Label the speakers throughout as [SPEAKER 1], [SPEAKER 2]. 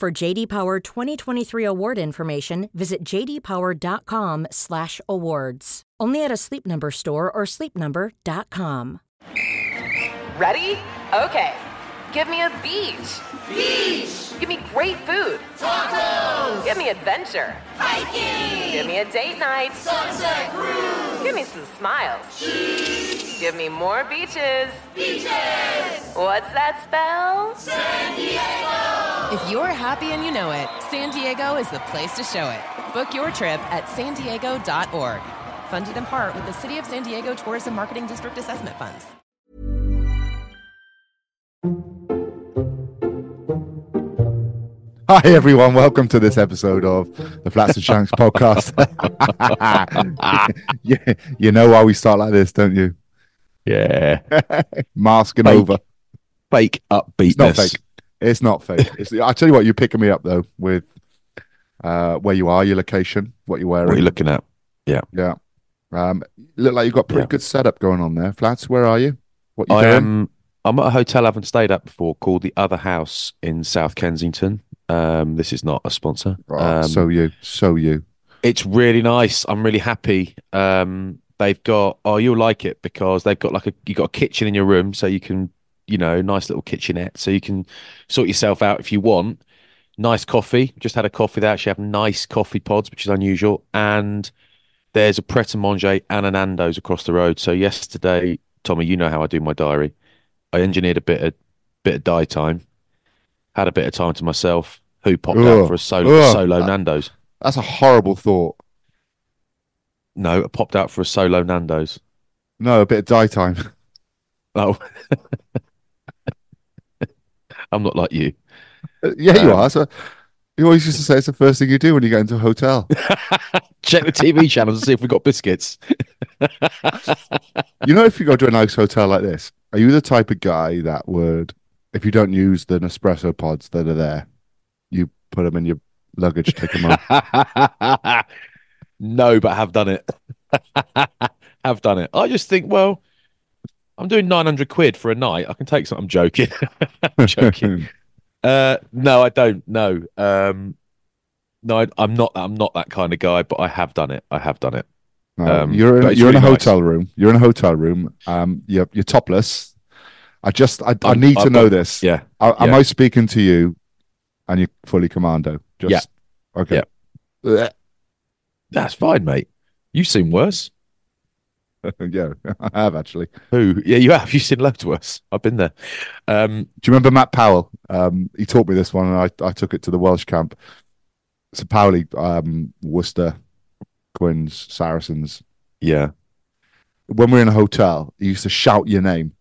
[SPEAKER 1] For JD Power 2023 award information, visit jdpower.com/awards. Only at a Sleep Number store or sleepnumber.com.
[SPEAKER 2] Ready? Okay. Give me a beach. Beach. Give me great food. Tacos. Give me adventure. Hiking. Give me a date night. Sunset cruise. Give me some smiles. Cheese. Give me more beaches. Beaches. What's that spell?
[SPEAKER 3] If you're happy and you know it, San Diego is the place to show it. Book your trip at san sandiego.org. Funded in part with the City of San Diego Tourism Marketing District Assessment Funds.
[SPEAKER 4] Hi everyone, welcome to this episode of the Flats and Shanks podcast. you, you know why we start like this, don't you?
[SPEAKER 5] Yeah.
[SPEAKER 4] Masking
[SPEAKER 5] Fake.
[SPEAKER 4] over.
[SPEAKER 5] Fake
[SPEAKER 4] It's not
[SPEAKER 5] upbeatness.
[SPEAKER 4] fake. It's not fake. It's, I tell you what, you're picking me up though with uh, where you are, your location, what you're
[SPEAKER 5] What are
[SPEAKER 4] wearing.
[SPEAKER 5] you looking at?
[SPEAKER 4] yeah. Um, you look like you've got pretty
[SPEAKER 5] Yeah.
[SPEAKER 4] good setup going on there. Flats, where are you? What you
[SPEAKER 5] I
[SPEAKER 4] doing?
[SPEAKER 5] am. I'm at a hotel I haven't stayed at before called the Other House in South Kensington. Um, this is not a sponsor.
[SPEAKER 4] Oh,
[SPEAKER 5] Um,
[SPEAKER 4] so you, so you.
[SPEAKER 5] It's really nice. I'm really happy. Um, they've got, oh, you'll like it because they've got like a, you got a kitchen in your room so you can, you know, nice little kitchenette so you can sort yourself out if you want. Nice coffee. Just had a coffee. They actually have nice coffee pods, which is unusual. And there's a Pret a Manger and an Ando's across the road. So yesterday, Tommy, you know how I do my diary. I engineered a bit of bit of die time, had a bit of time to myself. Who popped
[SPEAKER 4] Ugh.
[SPEAKER 5] out for a solo
[SPEAKER 4] Ugh. Uh,
[SPEAKER 5] solo Nando's?
[SPEAKER 4] That's a horrible thought.
[SPEAKER 5] No, it popped out for a solo Nando's.
[SPEAKER 4] No, a bit of die time.
[SPEAKER 5] Oh, I'm not like you.
[SPEAKER 4] yeah, you
[SPEAKER 5] Um,
[SPEAKER 4] are. So you always used to say it's the first thing you do when you get into a hotel.
[SPEAKER 5] Check the TV channels and see if we got biscuits.
[SPEAKER 4] you know, if you go to a nice hotel like this, are you the type of guy that would, if you don't use the Nespresso pods that are there, you put them in your luggage, take them out?
[SPEAKER 5] no, but have done it. have done it. I just think, well, I'm doing 900 quid for a night. I can take some. I'm joking. I'm joking. Uh, no, I don't. No, um, no, I, I'm not. I'm not that kind of guy. But I have done it. I have done it.
[SPEAKER 4] No,
[SPEAKER 5] Um,
[SPEAKER 4] you're in,
[SPEAKER 5] but it's
[SPEAKER 4] you're in a
[SPEAKER 5] really nice.
[SPEAKER 4] hotel room. You're in a hotel room. Um, you're you're topless. I just I, I
[SPEAKER 5] I'm-
[SPEAKER 4] need to
[SPEAKER 5] I've
[SPEAKER 4] know
[SPEAKER 5] got-
[SPEAKER 4] this.
[SPEAKER 5] Yeah.
[SPEAKER 4] I, Am
[SPEAKER 5] yeah.
[SPEAKER 4] I speaking to you? And you're fully commando. Just okay. Yeah.
[SPEAKER 5] That's fine, mate. You've seen worse.
[SPEAKER 4] yeah, I have actually.
[SPEAKER 5] Who? Yeah, you have. You've seen loads worse. I've been there. Um,
[SPEAKER 4] Do you remember Matt Powell? Um, he taught me this one, and I, I took it to the Welsh camp. So Powley, um, Worcester, Quins, Saracens.
[SPEAKER 5] yeah.
[SPEAKER 4] When we were in a hotel, he used to shout your name,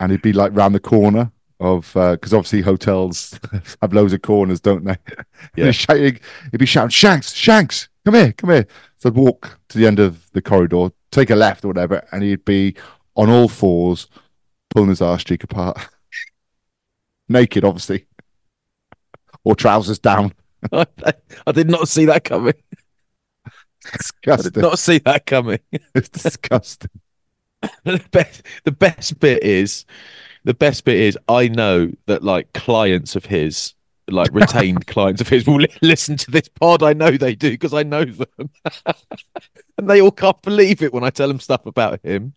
[SPEAKER 4] and he'd be like round the corner of because obviously hotels have loads of corners, don't they?
[SPEAKER 5] Yeah.
[SPEAKER 4] he'd, shout, he'd be shouting, "Shanks, Shanks, come here, come here." So I'd walk to the end of the corridor, take a left or whatever, and he'd be on all fours, pulling his arse cheek apart, naked, obviously, or trousers down.
[SPEAKER 5] I, I did not see that coming. I did
[SPEAKER 4] Disgusting.
[SPEAKER 5] not see that coming.
[SPEAKER 4] It's disgusting.
[SPEAKER 5] the best the best bit is the best bit is I know that like clients of his like retained clients of his will li- listen to this pod I know they do because I know them and they all can't believe it when I tell them stuff about him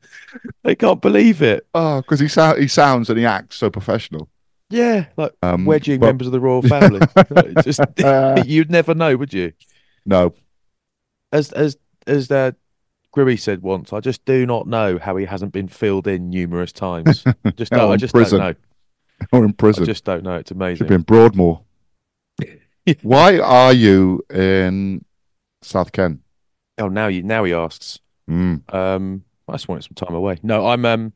[SPEAKER 5] they can't believe it
[SPEAKER 4] Oh, because he, sou- he sounds and he acts so professional.
[SPEAKER 5] Yeah, like
[SPEAKER 4] Um,
[SPEAKER 5] wedging
[SPEAKER 4] well-
[SPEAKER 5] members of the royal family. Like, just you'd never know, would you?
[SPEAKER 4] Uh, No,
[SPEAKER 5] As as as uh, Grimmy said once, I just do not know how he hasn't been filled in numerous times. Just
[SPEAKER 4] Now
[SPEAKER 5] don't, I
[SPEAKER 4] Oh, in
[SPEAKER 5] just
[SPEAKER 4] prison.
[SPEAKER 5] don't know.
[SPEAKER 4] or in prison.
[SPEAKER 5] I just don't know. It's amazing.
[SPEAKER 4] Should be in Broadmoor. Why are you in South Ken?
[SPEAKER 5] Oh, now you now he asks.
[SPEAKER 4] Mm.
[SPEAKER 5] Um, I just wanted some time away. No, I'm um,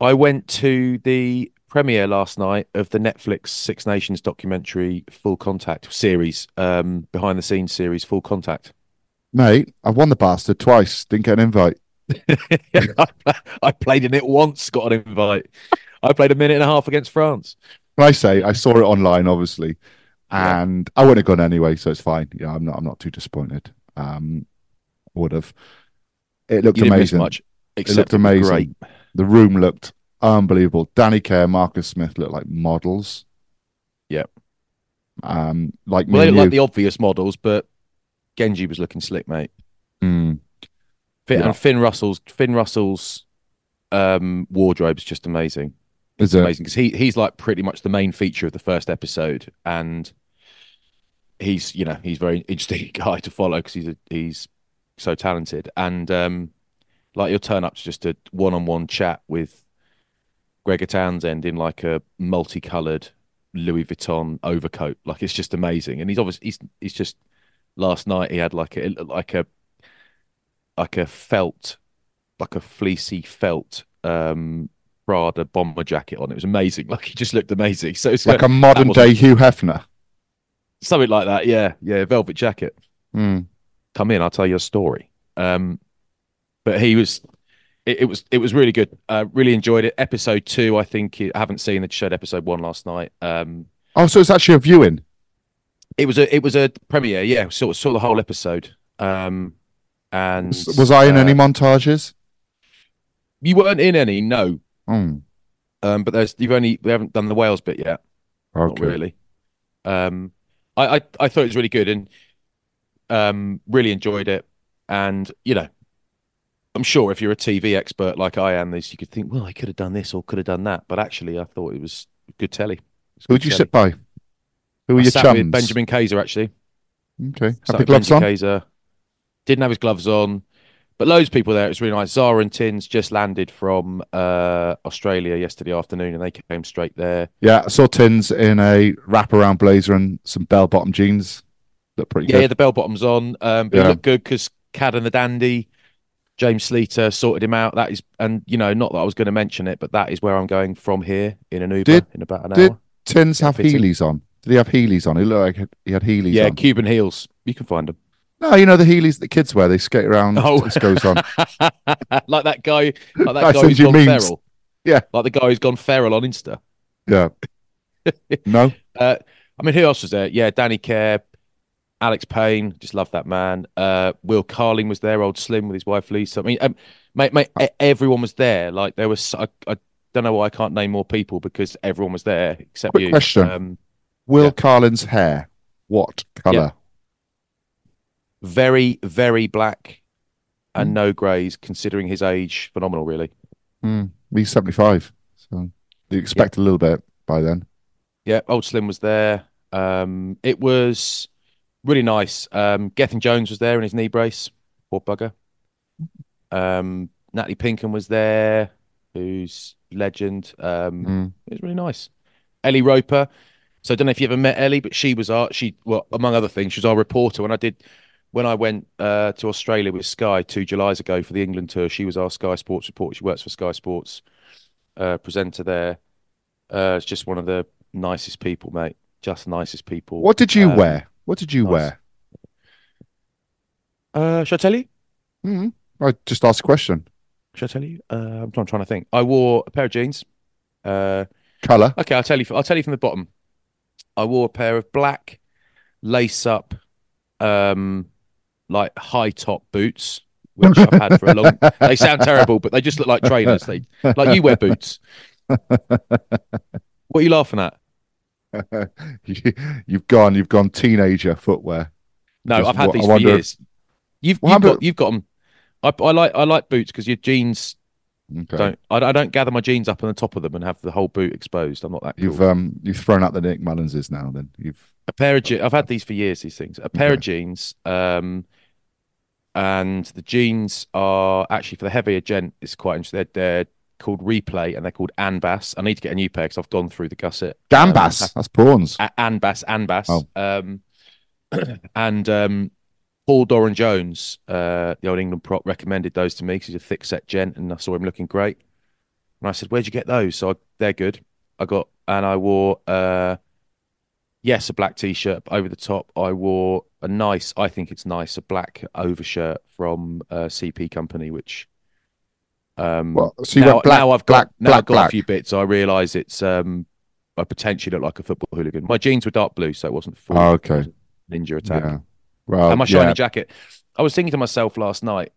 [SPEAKER 5] I went to the premiere last night of the Netflix Six Nations documentary Full Contact series, um, behind the scenes series Full Contact.
[SPEAKER 4] Mate, I've won the bastard twice. Didn't get an invite.
[SPEAKER 5] I pla- I played in it once, got an invite. I played a minute and a half against France.
[SPEAKER 4] Can I say I saw it online, obviously,
[SPEAKER 5] Yeah.
[SPEAKER 4] and I wouldn't have gone anyway, so it's fine. You know, I'm not. I'm not too disappointed. Um, would have. It looked
[SPEAKER 5] You didn't miss
[SPEAKER 4] amazing.
[SPEAKER 5] much,
[SPEAKER 4] it looked
[SPEAKER 5] except it was
[SPEAKER 4] amazing.
[SPEAKER 5] great.
[SPEAKER 4] The room looked unbelievable. Danny Kerr, Marcus Smith looked like models.
[SPEAKER 5] Yep.
[SPEAKER 4] Um, like
[SPEAKER 5] Well,
[SPEAKER 4] me
[SPEAKER 5] they
[SPEAKER 4] and
[SPEAKER 5] look like
[SPEAKER 4] you.
[SPEAKER 5] the obvious models, but Genji was looking slick, mate.
[SPEAKER 4] Mm.
[SPEAKER 5] Fin,
[SPEAKER 4] Yeah.
[SPEAKER 5] And Finn Russell's Finn Russell's um, wardrobe's just amazing.
[SPEAKER 4] Is
[SPEAKER 5] It's
[SPEAKER 4] it?
[SPEAKER 5] amazing because he he's like pretty much the main feature of the first episode, and he's you know he's a very interesting guy to follow because he's a, he's so talented and um, like you'll turn up to just a one on one chat with Gregor Townsend in like a multicolored Louis Vuitton overcoat, like it's just amazing. And he's obviously he's he's just last night he had like a it looked like a like a felt, like a fleecy felt um Prada bomber jacket on. It was amazing. Like he just looked amazing. So it's
[SPEAKER 4] like
[SPEAKER 5] uh,
[SPEAKER 4] a modern
[SPEAKER 5] wasn't-
[SPEAKER 4] day Hugh Hefner.
[SPEAKER 5] something like that. Yeah, yeah, velvet jacket. Hmm.
[SPEAKER 4] Mm.
[SPEAKER 5] Come in, I'll tell you a story. Um, but he was, it, it was, it was really good. Uh, really enjoyed it. Episode two, I think I haven't seen. They showed episode one last night. Um,
[SPEAKER 4] Oh, so it's actually a viewing.
[SPEAKER 5] it was a, it was a premiere. Yeah, saw saw the whole episode. Um, and
[SPEAKER 4] S- Was I in
[SPEAKER 5] uh,
[SPEAKER 4] any montages?
[SPEAKER 5] You weren't in any, no.
[SPEAKER 4] Mm.
[SPEAKER 5] Um, but there's you've only we haven't done the Wales bit yet.
[SPEAKER 4] Okay.
[SPEAKER 5] Not really. Um, I, I I thought it was really good and um, really enjoyed it. And you know, I'm sure if you're a TV expert like I am, this you could think, well, I could have done this or could have done that. But actually, I thought it was good telly. It was
[SPEAKER 4] Who
[SPEAKER 5] good
[SPEAKER 4] did you
[SPEAKER 5] telly.
[SPEAKER 4] sit by? Who were
[SPEAKER 5] I
[SPEAKER 4] your
[SPEAKER 5] sat
[SPEAKER 4] chums?
[SPEAKER 5] with Benjamin Kaiser actually.
[SPEAKER 4] Okay. Happy
[SPEAKER 5] Sat with
[SPEAKER 4] gloves on.
[SPEAKER 5] Benji Kaiser. Didn't have his gloves on, but loads of people there. It was really nice. Zara and Tins just landed from uh, Australia yesterday afternoon, and they came straight there.
[SPEAKER 4] Yeah, I saw Tins in a wraparound blazer and some bell bottom jeans. Look pretty
[SPEAKER 5] Yeah, yeah,
[SPEAKER 4] good.
[SPEAKER 5] the bell bottoms on. Um, but
[SPEAKER 4] Yeah.
[SPEAKER 5] he looked good because Cad and the Dandy, James Sleater sorted him out. That is, and you know, not that I was going to mention it, but that is where I'm going from here in an Uber
[SPEAKER 4] Did-
[SPEAKER 5] in about an
[SPEAKER 4] Did
[SPEAKER 5] hour.
[SPEAKER 4] Tins
[SPEAKER 5] Yeah,
[SPEAKER 4] have
[SPEAKER 5] fitting.
[SPEAKER 4] Heelys on? Did he have Heelys on? He looked like he had Heelys
[SPEAKER 5] Yeah,
[SPEAKER 4] on.
[SPEAKER 5] Cuban heels. You can find them.
[SPEAKER 4] No, you know the Heelys that kids wear. They skate around.
[SPEAKER 5] Oh.
[SPEAKER 4] This goes on.
[SPEAKER 5] like that guy, like
[SPEAKER 4] I
[SPEAKER 5] that guy
[SPEAKER 4] send
[SPEAKER 5] who's
[SPEAKER 4] you
[SPEAKER 5] gone
[SPEAKER 4] memes.
[SPEAKER 5] feral.
[SPEAKER 4] Yeah.
[SPEAKER 5] like the guy who's gone feral on Insta.
[SPEAKER 4] Yeah. no.
[SPEAKER 5] Uh, I mean, who else was there? Yeah, Danny Kerr, Alex Payne, just love that man. Uh, Will Carling was there, old Slim with his wife Lisa. I mean, um, mate, mate, e- everyone was there. Like there was, I, I don't know why I can't name more people because everyone was there except
[SPEAKER 4] Quick
[SPEAKER 5] you.
[SPEAKER 4] question.
[SPEAKER 5] Um,
[SPEAKER 4] Will
[SPEAKER 5] Yeah.
[SPEAKER 4] Carlin's hair. What color?
[SPEAKER 5] very, very black
[SPEAKER 4] Hmm.
[SPEAKER 5] and no greys, considering his age. Phenomenal, really.
[SPEAKER 4] He's seventy-five, so you expect a little bit by then.
[SPEAKER 5] Yeah, old Slim was there. Um, it was really nice. Um, Gethin Jones was there in his knee brace. Poor bugger. Um, Natalie Pinkham was there, who's legend. Um,
[SPEAKER 4] Mm.
[SPEAKER 5] It was really nice. Ellie Roper. So I don't know if you ever met Ellie, but she was our she well among other things she was our reporter when I did when I went uh, to Australia with Sky two Julys ago for the England tour. She was our Sky Sports reporter. She works for Sky Sports uh, presenter there. Uh, it's just one of the nicest people, mate. Just nicest people.
[SPEAKER 4] What did you
[SPEAKER 5] Um,
[SPEAKER 4] wear? What did you
[SPEAKER 5] nice.
[SPEAKER 4] wear?
[SPEAKER 5] Uh, shall I tell you?
[SPEAKER 4] Mm. I just asked a question.
[SPEAKER 5] Shall I tell you? Uh, I'm trying trying to think. I wore a pair of jeans. Uh,
[SPEAKER 4] Color.
[SPEAKER 5] Okay, I'll tell you. I'll tell you from the bottom. I wore a pair of black lace-up, um, like high-top boots, which I've had for a long. They sound terrible, but they just look like trainers. They like you wear boots. What are you laughing at?
[SPEAKER 4] you, have gone. You've gone teenager footwear.
[SPEAKER 5] No,
[SPEAKER 4] Just
[SPEAKER 5] I've had
[SPEAKER 4] wa- I
[SPEAKER 5] these for
[SPEAKER 4] wonder if-
[SPEAKER 5] years. You've
[SPEAKER 4] What
[SPEAKER 5] you've
[SPEAKER 4] happened-
[SPEAKER 5] got you've got them. I, I like I like boots because your jeans
[SPEAKER 4] Okay.
[SPEAKER 5] Don't I, I don't gather my jeans up on the top of them and have the whole boot exposed. I'm not that.
[SPEAKER 4] You've
[SPEAKER 5] cool.
[SPEAKER 4] um you've thrown out the Nick Mullinses now. Then you've
[SPEAKER 5] a pair of jeans. I've had these for years. These things. A pair of
[SPEAKER 4] Okay.
[SPEAKER 5] jeans. Um, and the jeans are actually for the heavier gent. It's quite interesting. They're, they're called Replay and they're called Anbass. I need to get a new pair because I've gone through the gusset. Um,
[SPEAKER 4] Gambas. that's prawns.
[SPEAKER 5] A- Anbass, Anbass.
[SPEAKER 4] Oh.
[SPEAKER 5] Um, and um, Paul Doran Jones, uh, the old England prop, recommended those to me because he's a thick set gent and I saw him looking great. And I said, Where'd you get those? So I, they're good. I got, and I wore, uh, yes, a black t shirt over the top. I wore a nice, I think it's nice, a black overshirt from uh, CP Company, which. Um,
[SPEAKER 4] Well, so you
[SPEAKER 5] now,
[SPEAKER 4] went black,
[SPEAKER 5] now I've
[SPEAKER 4] black,
[SPEAKER 5] got now
[SPEAKER 4] black,
[SPEAKER 5] I've got
[SPEAKER 4] black.
[SPEAKER 5] a few bits. I realise it's um, I potentially look like a football hooligan. My jeans were dark blue, so it wasn't full
[SPEAKER 4] Oh, okay.
[SPEAKER 5] ninja attack.
[SPEAKER 4] Yeah. Well,
[SPEAKER 5] and my
[SPEAKER 4] yeah.
[SPEAKER 5] shiny jacket. I was thinking to myself last night,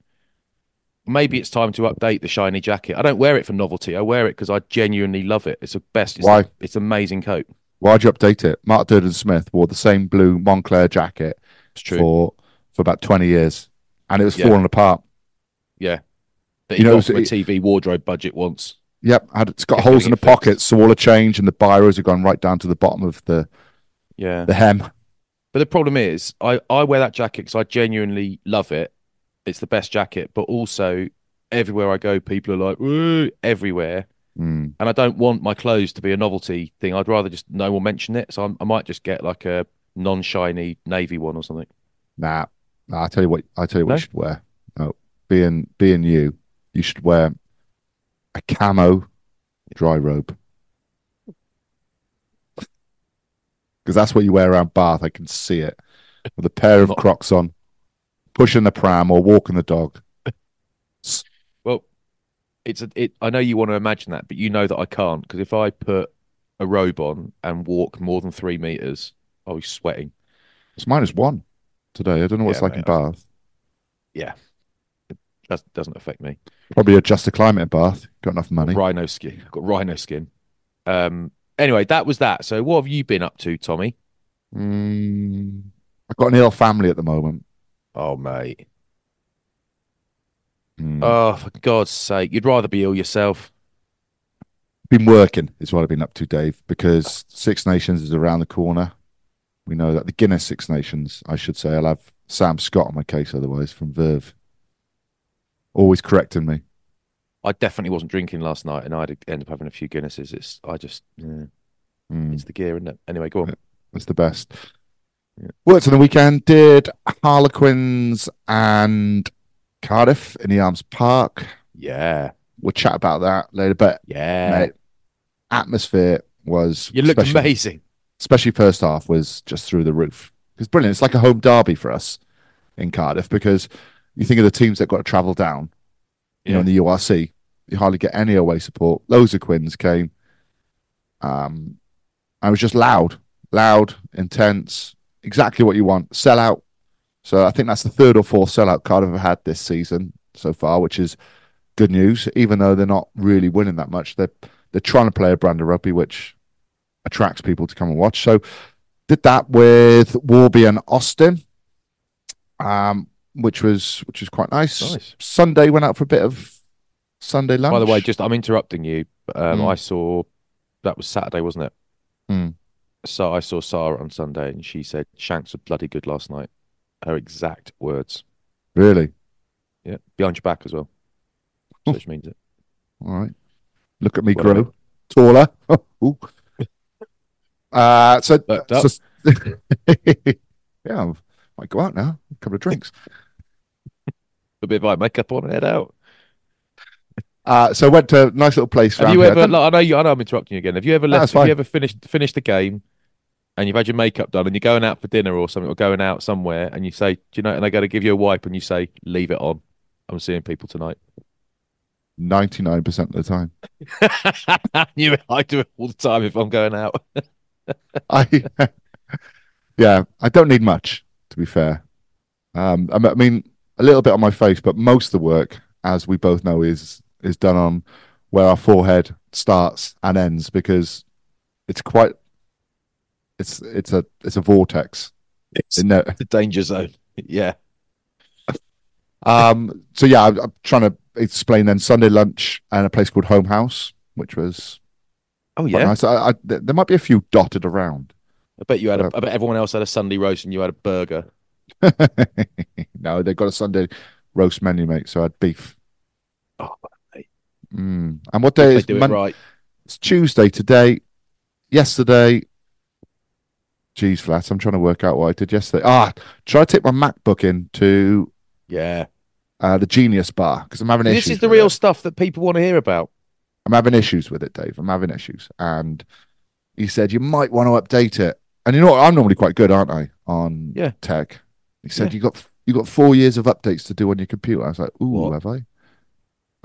[SPEAKER 5] maybe it's time to update the shiny jacket. I don't wear it for novelty. I wear it because I genuinely love it. It's the best. It's
[SPEAKER 4] Why?
[SPEAKER 5] The, it's an amazing coat.
[SPEAKER 4] Why'd you update it? Mark Durden Smith wore the same blue Montclair jacket
[SPEAKER 5] It's true.
[SPEAKER 4] for for about twenty years, and it was
[SPEAKER 5] Yeah.
[SPEAKER 4] falling apart.
[SPEAKER 5] yeah. That
[SPEAKER 4] You
[SPEAKER 5] you
[SPEAKER 4] know,
[SPEAKER 5] know,
[SPEAKER 4] so
[SPEAKER 5] from a
[SPEAKER 4] it-
[SPEAKER 5] TV wardrobe budget once.
[SPEAKER 4] Yep, had, it's got
[SPEAKER 5] Yeah,
[SPEAKER 4] holes
[SPEAKER 5] gotta
[SPEAKER 4] in the
[SPEAKER 5] get fixed.
[SPEAKER 4] pockets, so all the change and the biros have gone right down to the bottom of the
[SPEAKER 5] Yeah.
[SPEAKER 4] the hem.
[SPEAKER 5] But the problem is, I, I wear that jacket because I genuinely love it. It's the best jacket, but also everywhere I go, people are like, Ooh, everywhere.
[SPEAKER 4] Mm.
[SPEAKER 5] And I don't want my clothes to be a novelty thing. I'd rather just no one mention it. So I'm, I might just get like a non shiny navy one or something.
[SPEAKER 4] Nah, nah. I tell you what, I tell you what
[SPEAKER 5] No?
[SPEAKER 4] you should wear. No, being being you, you should wear a camo dry robe because that's what you wear around Bath. I can see it with a pair of
[SPEAKER 5] Not-
[SPEAKER 4] Crocs on, pushing the pram or walking the dog.
[SPEAKER 5] Well, it's a, it. I know you want to imagine that, but you know that I can't because if I put a robe on and walk more than three meters, I'll be sweating.
[SPEAKER 4] It's minus one today. I don't know what it's
[SPEAKER 5] Yeah,
[SPEAKER 4] like in
[SPEAKER 5] mate,
[SPEAKER 4] Bath.
[SPEAKER 5] That doesn't affect me.
[SPEAKER 4] Probably adjust the climate in Bath. Got enough money.
[SPEAKER 5] Rhino skin. I've got rhino skin. Um. Anyway, that was that. So, what have you been up to, Tommy?
[SPEAKER 4] Mm, I've got an ill family at the moment.
[SPEAKER 5] Oh, mate.
[SPEAKER 4] Mm.
[SPEAKER 5] Oh, for God's sake, you'd rather be ill yourself.
[SPEAKER 4] been working is what I've been up to, Dave, because Six Nations is around the corner. We know that the Guinness Six Nations, I should say. I'll have Sam Scott on my case otherwise from Verve. Always correcting me.
[SPEAKER 5] I definitely wasn't drinking last night, and I'd end up having a few Guinnesses. It's I just yeah,
[SPEAKER 4] Mm.
[SPEAKER 5] it's the gear, isn't it? Anyway, go on.
[SPEAKER 4] That's the best. Worked on the weekend, did Harlequins and Cardiff in the Arms Park.
[SPEAKER 5] Yeah,
[SPEAKER 4] We'll chat about that later, but
[SPEAKER 5] yeah.
[SPEAKER 4] mate, atmosphere was
[SPEAKER 5] You look
[SPEAKER 4] special.
[SPEAKER 5] amazing.
[SPEAKER 4] especially first half, was just through the roof. It's brilliant. It's like a home derby for us in Cardiff because you think of the teams that got to travel down, you know,
[SPEAKER 5] Yeah.
[SPEAKER 4] in the URC, you hardly get any away support. Loads of Quins came. Um, I was just loud, loud, intense, exactly what you want. Sell out. So I think that's the third or fourth sellout Cardiff have had this season so far, which is good news. Even though they're not really winning that much, they're they're trying to play a brand of rugby which attracts people to come and watch. So did that with Warby and Austin, um, which was which was quite nice.
[SPEAKER 5] Nice.
[SPEAKER 4] Sunday went out for a bit of Sunday lunch.
[SPEAKER 5] By the way, just I'm interrupting you. but, Um,
[SPEAKER 4] Mm.
[SPEAKER 5] I saw that was Saturday, wasn't it?
[SPEAKER 4] Mm.
[SPEAKER 5] So I saw Sarah on Sunday, and she said Shanks were bloody good last night. Her exact words.
[SPEAKER 4] really,
[SPEAKER 5] Yeah, behind your back as well. So which means it.
[SPEAKER 4] all right. Look at me
[SPEAKER 5] Whatever.
[SPEAKER 4] grow taller. Ooh. Uh, so,
[SPEAKER 5] Looked
[SPEAKER 4] so
[SPEAKER 5] up.
[SPEAKER 4] yeah, I might go out now. A couple of drinks.
[SPEAKER 5] A bit of eye makeup on, head out.
[SPEAKER 4] Uh, so I went to a nice little place.
[SPEAKER 5] Have
[SPEAKER 4] around
[SPEAKER 5] you
[SPEAKER 4] here. I
[SPEAKER 5] ever?
[SPEAKER 4] don't-
[SPEAKER 5] Like, I know you. I know I'm interrupting you again. Have you ever
[SPEAKER 4] No, it's
[SPEAKER 5] left? Have
[SPEAKER 4] fine.
[SPEAKER 5] you ever finished finished the game, and you've had your makeup done, and you're going out for dinner or something, or going out somewhere, and you say, "Do you know?" And they go to give you a wipe, and you say, "Leave it on. I'm seeing people tonight."
[SPEAKER 4] 99% of the time.
[SPEAKER 5] I knew it. I do it all the time if I'm going out.
[SPEAKER 4] I yeah, I don't need much to be fair. Um, I m- I mean, a little bit on my face, but most of the work, as we both know, is is done on where our forehead starts and ends because it's quite it's it's a it's a vortex.
[SPEAKER 5] It's
[SPEAKER 4] It ne-
[SPEAKER 5] the danger zone. Yeah.
[SPEAKER 4] Um, so yeah, I'm, I'm trying to explained then Sunday lunch and a place called Home House, which was
[SPEAKER 5] Oh
[SPEAKER 4] quite
[SPEAKER 5] yeah,
[SPEAKER 4] nice. I, I, th- there might be a few dotted around.
[SPEAKER 5] I bet you had. A,
[SPEAKER 4] Uh,
[SPEAKER 5] I bet everyone else had a Sunday roast and you had a burger.
[SPEAKER 4] no, they've got a Sunday roast menu, mate. So I had beef.
[SPEAKER 5] Oh, mate.
[SPEAKER 4] Mm. And what
[SPEAKER 5] If
[SPEAKER 4] day
[SPEAKER 5] they
[SPEAKER 4] is
[SPEAKER 5] do it
[SPEAKER 4] Mon-
[SPEAKER 5] right.
[SPEAKER 4] It's Tuesday today. Yesterday, geez, flats. I'm trying to work out what I did yesterday. Ah, try to take my MacBook in to
[SPEAKER 5] Yeah,
[SPEAKER 4] uh, the Genius Bar because I'm having
[SPEAKER 5] this
[SPEAKER 4] issues.
[SPEAKER 5] is the
[SPEAKER 4] with
[SPEAKER 5] real
[SPEAKER 4] it.
[SPEAKER 5] stuff that people want to hear about.
[SPEAKER 4] I'm having issues with it, Dave. I'm having issues. And he said, You might want to update it. And you know what? I'm normally quite good, aren't I? On
[SPEAKER 5] Yeah.
[SPEAKER 4] tech. He said, You got you got four years of updates to do on your computer. I was like, Ooh,
[SPEAKER 5] What?
[SPEAKER 4] have I?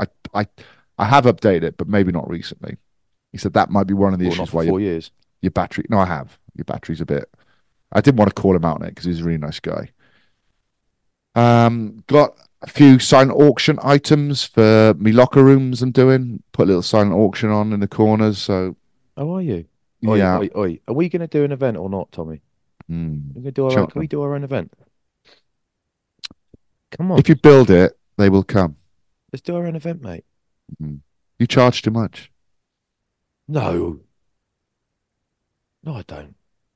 [SPEAKER 4] I I I have updated it, but maybe not recently. He said that might be one of the
[SPEAKER 5] Well, not
[SPEAKER 4] issues
[SPEAKER 5] for
[SPEAKER 4] why
[SPEAKER 5] four
[SPEAKER 4] your,
[SPEAKER 5] years.
[SPEAKER 4] your battery no, I have. Your battery's a bit I didn't want to call him out on it because he's a really nice guy. Um got a few silent auction items for me locker rooms I'm doing. Put a little silent auction on in the corners, so
[SPEAKER 5] How Oh, are you? Oi,
[SPEAKER 4] yeah.
[SPEAKER 5] oi, oi. Are we going to do an event or not, Tommy?
[SPEAKER 4] Mm.
[SPEAKER 5] We're going to do our own,
[SPEAKER 4] Sure.
[SPEAKER 5] can we do our own event? Come on,
[SPEAKER 4] If you build it, they will come.
[SPEAKER 5] let's do our own event, mate.
[SPEAKER 4] You charge too much.
[SPEAKER 5] No, no, I don't.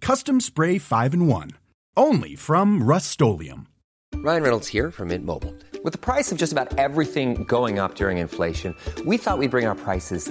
[SPEAKER 6] Custom Spray 5 in 1. Only from Rust
[SPEAKER 7] Ryan Reynolds here from Mint Mobile. With the price of just about everything going up during inflation, we thought we'd bring our prices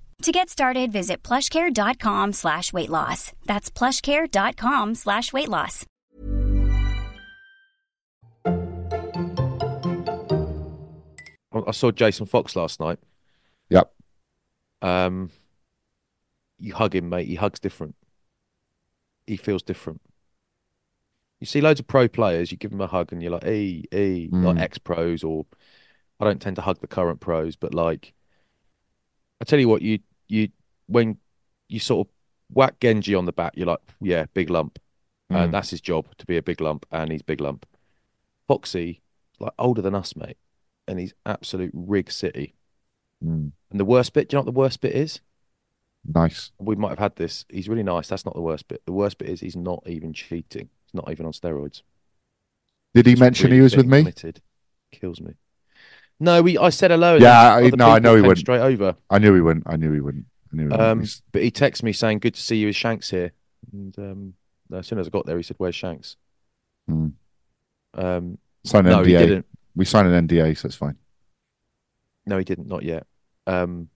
[SPEAKER 8] To get started, visit plushcare.com slash weight loss. That's plushcare.com slash weight loss.
[SPEAKER 5] I, I saw Jason Fox last night.
[SPEAKER 4] Yep.
[SPEAKER 5] Um, you hug him, mate. He hugs different. He feels different. You see loads of pro players, you give them a hug and you're like, hey, hey, like
[SPEAKER 4] Mm.
[SPEAKER 5] ex pros, or I don't tend to hug the current pros, but like, I tell you what, you, you, when you sort of whack Genji on the back, you're like, yeah, big lump.
[SPEAKER 4] Mm.
[SPEAKER 5] And that's his job to be a big lump, and he's big lump. Foxy, like older than us, mate, and he's absolute rig city.
[SPEAKER 4] Mm.
[SPEAKER 5] And the worst bit, do you know what the worst bit is?
[SPEAKER 4] Nice.
[SPEAKER 5] we might have had this. He's really nice. That's not the worst bit. The worst bit is he's not even cheating. He's not even on steroids.
[SPEAKER 4] Did he
[SPEAKER 5] Just
[SPEAKER 4] mention
[SPEAKER 5] really
[SPEAKER 4] he was
[SPEAKER 5] being
[SPEAKER 4] with me?
[SPEAKER 5] committed. Kills me. No, we. I said hello. and
[SPEAKER 4] Yeah,
[SPEAKER 5] then
[SPEAKER 4] I-
[SPEAKER 5] other
[SPEAKER 4] no, I
[SPEAKER 5] people
[SPEAKER 4] know he
[SPEAKER 5] came
[SPEAKER 4] wouldn't.
[SPEAKER 5] Straight over.
[SPEAKER 4] I knew he wouldn't. I knew he wouldn't. I knew he wouldn't.
[SPEAKER 5] Um,
[SPEAKER 4] He's-
[SPEAKER 5] but he texted me saying, "Good to see you. Is Shanks here?" And um, as soon as I got there, he said, "Where's Shanks?"
[SPEAKER 4] Hmm.
[SPEAKER 5] Um,
[SPEAKER 4] Sign an
[SPEAKER 5] no, he
[SPEAKER 4] NDA.
[SPEAKER 5] didn't.
[SPEAKER 4] We signed an NDA, so it's fine.
[SPEAKER 5] No, he didn't. Not yet. Um,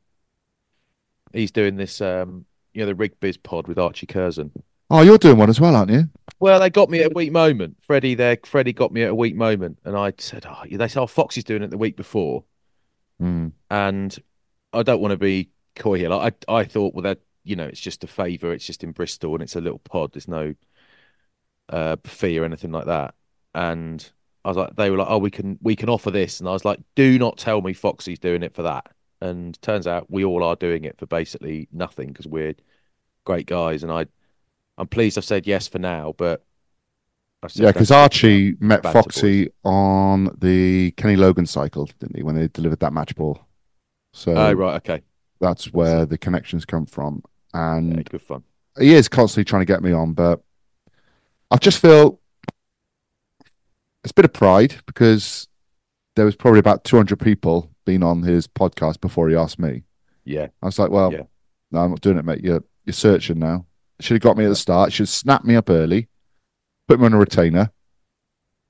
[SPEAKER 5] he's doing this. Um, you know, the Rig Biz pod with Archie Curzon.
[SPEAKER 4] Oh, you're doing one as well, aren't you?
[SPEAKER 5] Well, they got me at a weak moment. Freddie there, Freddie got me at a weak moment, and I said, "Oh, they said, oh, Foxy's doing it the week before,"
[SPEAKER 4] Mm.
[SPEAKER 5] and I don't want to be coy here. Like, I, I thought, well, that you know, it's just a favour. It's just in Bristol, and it's a little pod. There's no uh, fee or anything like that. And I was like, they were like, "Oh, we can we can offer this," and I was like, "Do not tell me Foxy's doing it for that." And turns out we all are doing it for basically nothing because we're great guys, and I, I'm pleased I've said yes for now, but. I said
[SPEAKER 4] Yeah,
[SPEAKER 5] that's
[SPEAKER 4] because
[SPEAKER 5] good.
[SPEAKER 4] Archie met
[SPEAKER 5] Banter boys.
[SPEAKER 4] Foxy on the Kenny Logan cycle, didn't he, when they delivered that match ball? So
[SPEAKER 5] Oh, right, okay.
[SPEAKER 4] that's where the connections come from.
[SPEAKER 5] Yeah,
[SPEAKER 4] And
[SPEAKER 5] good fun.
[SPEAKER 4] he is constantly trying to get me on, but I just feel it's a bit of pride because there was probably about 200 people being on his podcast before he asked me.
[SPEAKER 5] Yeah.
[SPEAKER 4] I was like, well,
[SPEAKER 5] Yeah.
[SPEAKER 4] no, I'm not doing it, mate. You're, you're searching now. Should have got me at the start. Should have snapped me up early, put me on a retainer.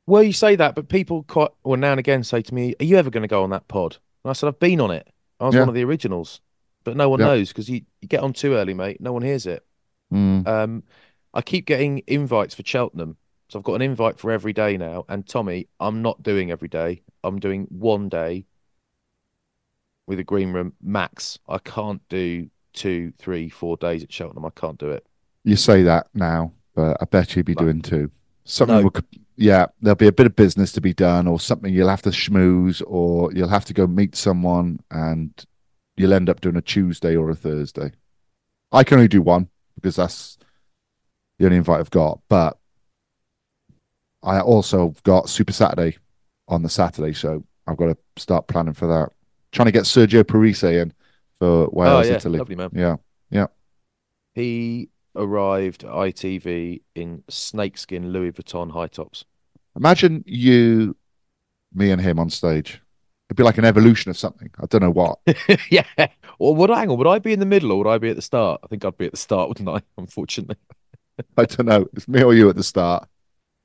[SPEAKER 5] Well, you say that, but people quite well now and again say to me, "Are you ever going to go on that pod?" And I said, "I've been on it. I was
[SPEAKER 4] Yeah.
[SPEAKER 5] one of the originals, but no one
[SPEAKER 4] Yeah.
[SPEAKER 5] knows because you, you get on too early, mate. No one hears it."
[SPEAKER 4] Mm.
[SPEAKER 5] Um, I keep getting invites for Cheltenham, so I've got an invite for every day now. And Tommy, I'm not doing every day. I'm doing one day with a green room max. I can't do two, three, four days at Cheltenham. I can't do it.
[SPEAKER 4] You say that now, but I bet you'd be
[SPEAKER 5] Like-
[SPEAKER 4] doing two. Something
[SPEAKER 5] No.
[SPEAKER 4] will, c- yeah, there'll be a bit of business to be done, or something you'll have to schmooze, or you'll have to go meet someone, and you'll end up doing a Tuesday or a Thursday. I can only do one because that's the only invite I've got. But I also have got Super Saturday on the Saturday, so I've got to start planning for that. Trying to get Sergio Parisse in for Wales,
[SPEAKER 5] Oh, yeah,
[SPEAKER 4] Italy.
[SPEAKER 5] lovely man.
[SPEAKER 4] Yeah, yeah.
[SPEAKER 5] He arrived at ITV in snakeskin Louis Vuitton high tops.
[SPEAKER 4] Imagine you, me, and him on stage. It'd be like an evolution of something. I don't know what.
[SPEAKER 5] Yeah. Or would I, hang on, would I be in the middle or would I be at the start? I think I'd be at the start, wouldn't I? Unfortunately.
[SPEAKER 4] I don't know. It's me or you at the start.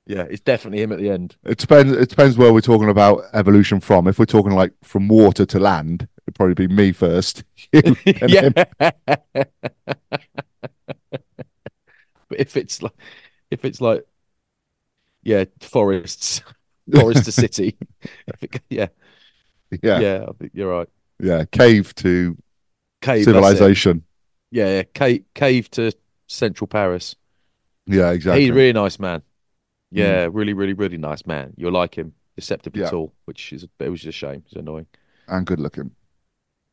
[SPEAKER 5] Yeah, it's definitely him at the end.
[SPEAKER 4] It depends. It depends where we're talking about evolution from. If we're talking like from water to land, it'd probably be me first. you, and
[SPEAKER 5] yeah.
[SPEAKER 4] him.
[SPEAKER 5] But if it's like if it's like yeah, forests, forest to city. If it- yeah,
[SPEAKER 4] yeah, yeah,
[SPEAKER 5] yeah, I think you're right.
[SPEAKER 4] Cave to
[SPEAKER 5] Cave that's it.
[SPEAKER 4] civilization.
[SPEAKER 5] Yeah, yeah. Cave, cave to central Paris.
[SPEAKER 4] Yeah, exactly.
[SPEAKER 5] He's a really nice man. Yeah, really, really, really nice man. You'll like him. Deceptively
[SPEAKER 4] Yeah.
[SPEAKER 5] tall, which is it was just a shame. It's annoying.
[SPEAKER 4] and good looking.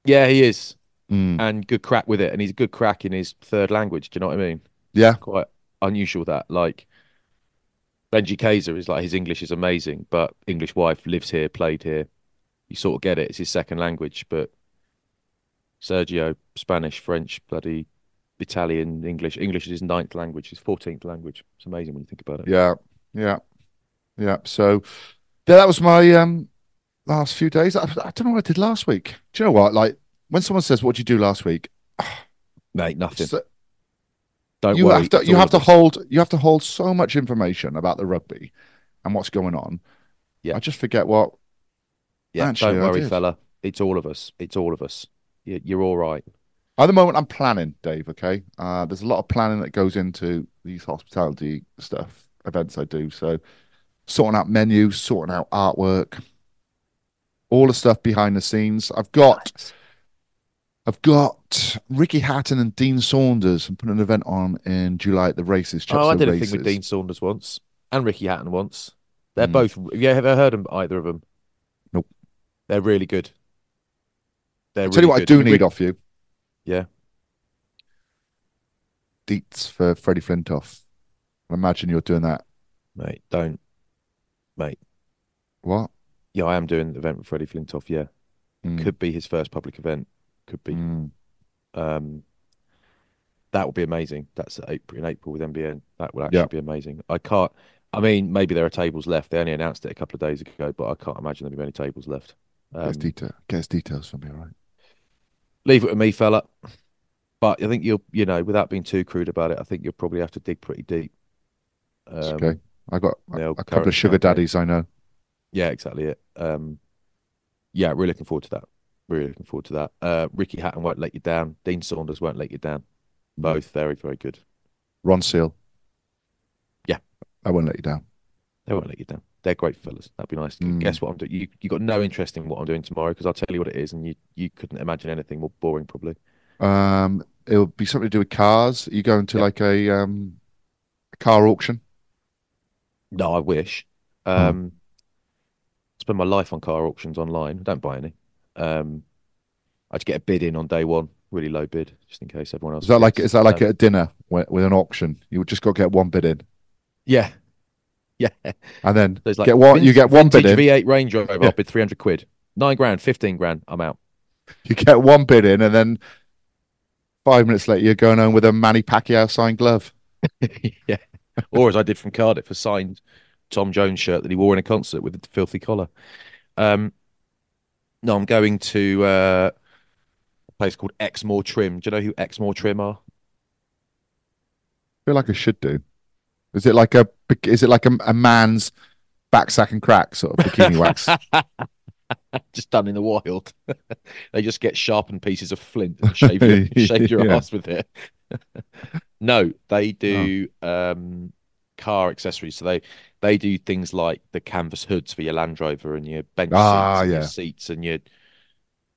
[SPEAKER 5] Yeah, he is,
[SPEAKER 4] Mm.
[SPEAKER 5] and good crack with it, and he's a good crack in his third language. Do you know what I mean?
[SPEAKER 4] Yeah,
[SPEAKER 5] Quite unusual that like Benji Kaiser is like his English is amazing, but English wife lives here, played here. You sort of get it. It's his second language, but Sergio Spanish, French, bloody Italian, English. English is his ninth language, his fourteenth language. It's amazing when you think about it.
[SPEAKER 4] yeah, yeah, yeah. So, yeah, that was my um last few days. I, I don't know what I did last week. Do you know what? Like when someone says, "What did you do last week?"
[SPEAKER 5] Mate, nothing.
[SPEAKER 4] So-
[SPEAKER 5] Don't
[SPEAKER 4] you
[SPEAKER 5] worry.
[SPEAKER 4] have to
[SPEAKER 5] it's
[SPEAKER 4] you
[SPEAKER 5] all
[SPEAKER 4] have
[SPEAKER 5] of
[SPEAKER 4] to
[SPEAKER 5] us.
[SPEAKER 4] hold you have to hold so much information about the rugby and what's going on.
[SPEAKER 5] Yeah.
[SPEAKER 4] I just forget what.
[SPEAKER 5] Yeah,
[SPEAKER 4] Actually,
[SPEAKER 5] don't
[SPEAKER 4] I
[SPEAKER 5] worry,
[SPEAKER 4] did.
[SPEAKER 5] fella. It's all of us. It's all of us. You- You're all right.
[SPEAKER 4] At the moment, I'm planning, Dave. Okay, uh, there's a lot of planning that goes into these hospitality stuff events I do. So, sorting out menus, sorting out artwork, all the stuff behind the scenes. I've got, I've got Ricky Hatton and Dean Saunders. I'm putting an event on in July at the races.
[SPEAKER 5] Oh, I
[SPEAKER 4] Chepstow
[SPEAKER 5] did a
[SPEAKER 4] races.
[SPEAKER 5] thing with Dean Saunders once and Ricky Hatton once. They're
[SPEAKER 4] Mm.
[SPEAKER 5] both. Have you ever heard of either of them?
[SPEAKER 4] Nope.
[SPEAKER 5] They're really good. They're
[SPEAKER 4] Tell you
[SPEAKER 5] really
[SPEAKER 4] what, I
[SPEAKER 5] good.
[SPEAKER 4] do
[SPEAKER 5] And
[SPEAKER 4] need
[SPEAKER 5] Rick-
[SPEAKER 4] off you.
[SPEAKER 5] Yeah.
[SPEAKER 4] deets for Freddie Flintoff. I imagine you're doing that.
[SPEAKER 5] mate. Don't, mate.
[SPEAKER 4] What?
[SPEAKER 5] Yeah, I am doing an event with Freddie Flintoff. Yeah,
[SPEAKER 4] Mm,
[SPEAKER 5] could be his first public event. Could be.
[SPEAKER 4] mm.
[SPEAKER 5] Um, that would be amazing. That's April in April with NBN. That would
[SPEAKER 4] Yeah.
[SPEAKER 5] actually be amazing. I can't. I mean, maybe there are tables left. They only announced it a couple of days ago, but I can't imagine there'll be many tables left.
[SPEAKER 4] Get, us
[SPEAKER 5] Um,
[SPEAKER 4] detail. Get us details from me, all right?
[SPEAKER 5] leave it with me, fella. But I think you'll, you know, without being too crude about it, I think you'll probably have to dig pretty deep.
[SPEAKER 4] It's
[SPEAKER 5] Um,
[SPEAKER 4] okay. I got a,
[SPEAKER 5] Neil
[SPEAKER 4] a couple
[SPEAKER 5] Curran
[SPEAKER 4] of sugar
[SPEAKER 5] can't do it.
[SPEAKER 4] daddies I know.
[SPEAKER 5] Yeah, exactly it. Um, yeah, really looking forward to that. Really looking forward to that. Uh, Ricky Hatton won't let you down. Dean Saunders won't let you down.
[SPEAKER 4] Mm.
[SPEAKER 5] Both very, very good.
[SPEAKER 4] Ron Seal.
[SPEAKER 5] Yeah.
[SPEAKER 4] I won't let you down.
[SPEAKER 5] They won't let you down. They're great fellas. That'd be nice.
[SPEAKER 4] Mm.
[SPEAKER 5] Guess what I'm doing? You you got no interest in what I'm doing tomorrow because I'll tell you what it is, and you you couldn't imagine anything more boring probably.
[SPEAKER 4] Um, it'll be something to do with cars. Are you going to
[SPEAKER 5] Yeah.
[SPEAKER 4] like a um a car auction?
[SPEAKER 5] No, I wish.
[SPEAKER 4] Mm.
[SPEAKER 5] Um, spend my life on car auctions online. Don't buy any. Um, I'd get a bid in on day one, really low bid, just in case everyone else
[SPEAKER 4] Is that like
[SPEAKER 5] bids.
[SPEAKER 4] is that like at
[SPEAKER 5] Um,
[SPEAKER 4] a dinner with, with an auction? You just got to get one bid in,
[SPEAKER 5] yeah, yeah.
[SPEAKER 4] and then
[SPEAKER 5] There's like
[SPEAKER 4] get one. You
[SPEAKER 5] vin-
[SPEAKER 4] get one bid
[SPEAKER 5] vintage
[SPEAKER 4] in.
[SPEAKER 5] V8 Range Rover. I'll
[SPEAKER 4] Yeah.
[SPEAKER 5] bid 300 quid, nine grand, 15 grand. I'm out.
[SPEAKER 4] You get one bid in, and then five minutes later, you're going home with a Manny Pacquiao signed glove.
[SPEAKER 5] Yeah. Or as I did from Cardiff, a signed Tom Jones shirt that he wore in a concert with the filthy collar. Um, no, I'm going to uh, a place called Exmoor Trim. Do you know who Exmoor Trim are?
[SPEAKER 4] feel like I should do. Is it like a is it like a, a man's back sack and crack sort of bikini wax?
[SPEAKER 5] just done in the wild. they just get sharpened pieces of flint and shave your, shave your
[SPEAKER 4] Yeah. Oh.
[SPEAKER 5] ass with it. no, they do um, car accessories. So they they do things like the canvas hoods for your Land Rover and your bench
[SPEAKER 4] Ah,
[SPEAKER 5] seats, and
[SPEAKER 4] yeah.
[SPEAKER 5] your seats and your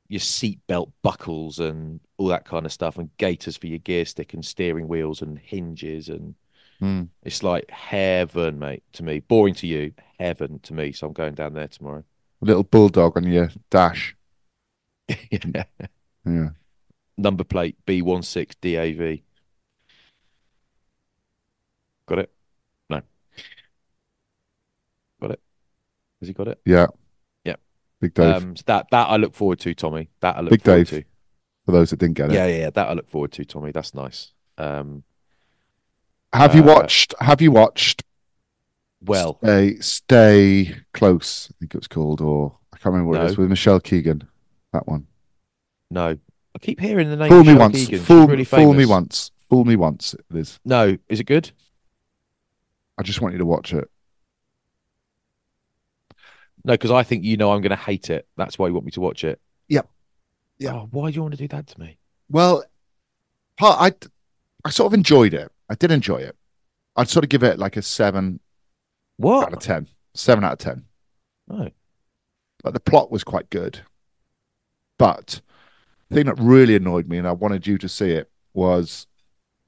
[SPEAKER 5] your seat belt buckles and all that kind of stuff, and gaiters for your gear stick and steering wheels and hinges and.
[SPEAKER 4] Hmm.
[SPEAKER 5] It's like heaven, mate, to me. Boring to you, heaven to me. So I'm going down there tomorrow.
[SPEAKER 4] A little bulldog on your dash.
[SPEAKER 5] yeah.
[SPEAKER 4] Yeah.
[SPEAKER 5] number plate B16DAV. Got it? No. Got it? Has he got it?
[SPEAKER 4] Yeah.
[SPEAKER 5] Yeah.
[SPEAKER 4] Big Dave.
[SPEAKER 5] Um, so that that I look forward to, Tommy. That I look
[SPEAKER 4] Big
[SPEAKER 5] forward
[SPEAKER 4] Dave.
[SPEAKER 5] to.
[SPEAKER 4] for those that didn't get it.
[SPEAKER 5] Yeah, yeah, yeah, that I look forward to, Tommy. That's nice. Um,
[SPEAKER 4] Have you
[SPEAKER 5] uh,
[SPEAKER 4] watched have you watched
[SPEAKER 5] well,
[SPEAKER 4] Stay Stay Close, I think it was called, or I can't remember what it
[SPEAKER 5] No.
[SPEAKER 4] is, with Michelle Keegan. That one.
[SPEAKER 5] no. I keep hearing the name
[SPEAKER 4] Fool me
[SPEAKER 5] Michelle
[SPEAKER 4] once.
[SPEAKER 5] Keegan. She's
[SPEAKER 4] Fool,
[SPEAKER 5] really
[SPEAKER 4] fool me
[SPEAKER 5] famous.
[SPEAKER 4] once. Fool me once. It is.
[SPEAKER 5] No, is it good?
[SPEAKER 4] I just want you to watch it.
[SPEAKER 5] No, because I think you know I'm going to hate it. That's why you want me to watch it.
[SPEAKER 4] Yep. Yep.
[SPEAKER 5] Oh, why do you want to do that to me?
[SPEAKER 4] Well, part I I sort of enjoyed it. I did enjoy it. I'd sort of give it like a seven out of
[SPEAKER 5] What?
[SPEAKER 4] ten. Seven out of ten.
[SPEAKER 5] No.
[SPEAKER 4] Like the plot was quite good, but the thing that really annoyed me, and I wanted you to see it, was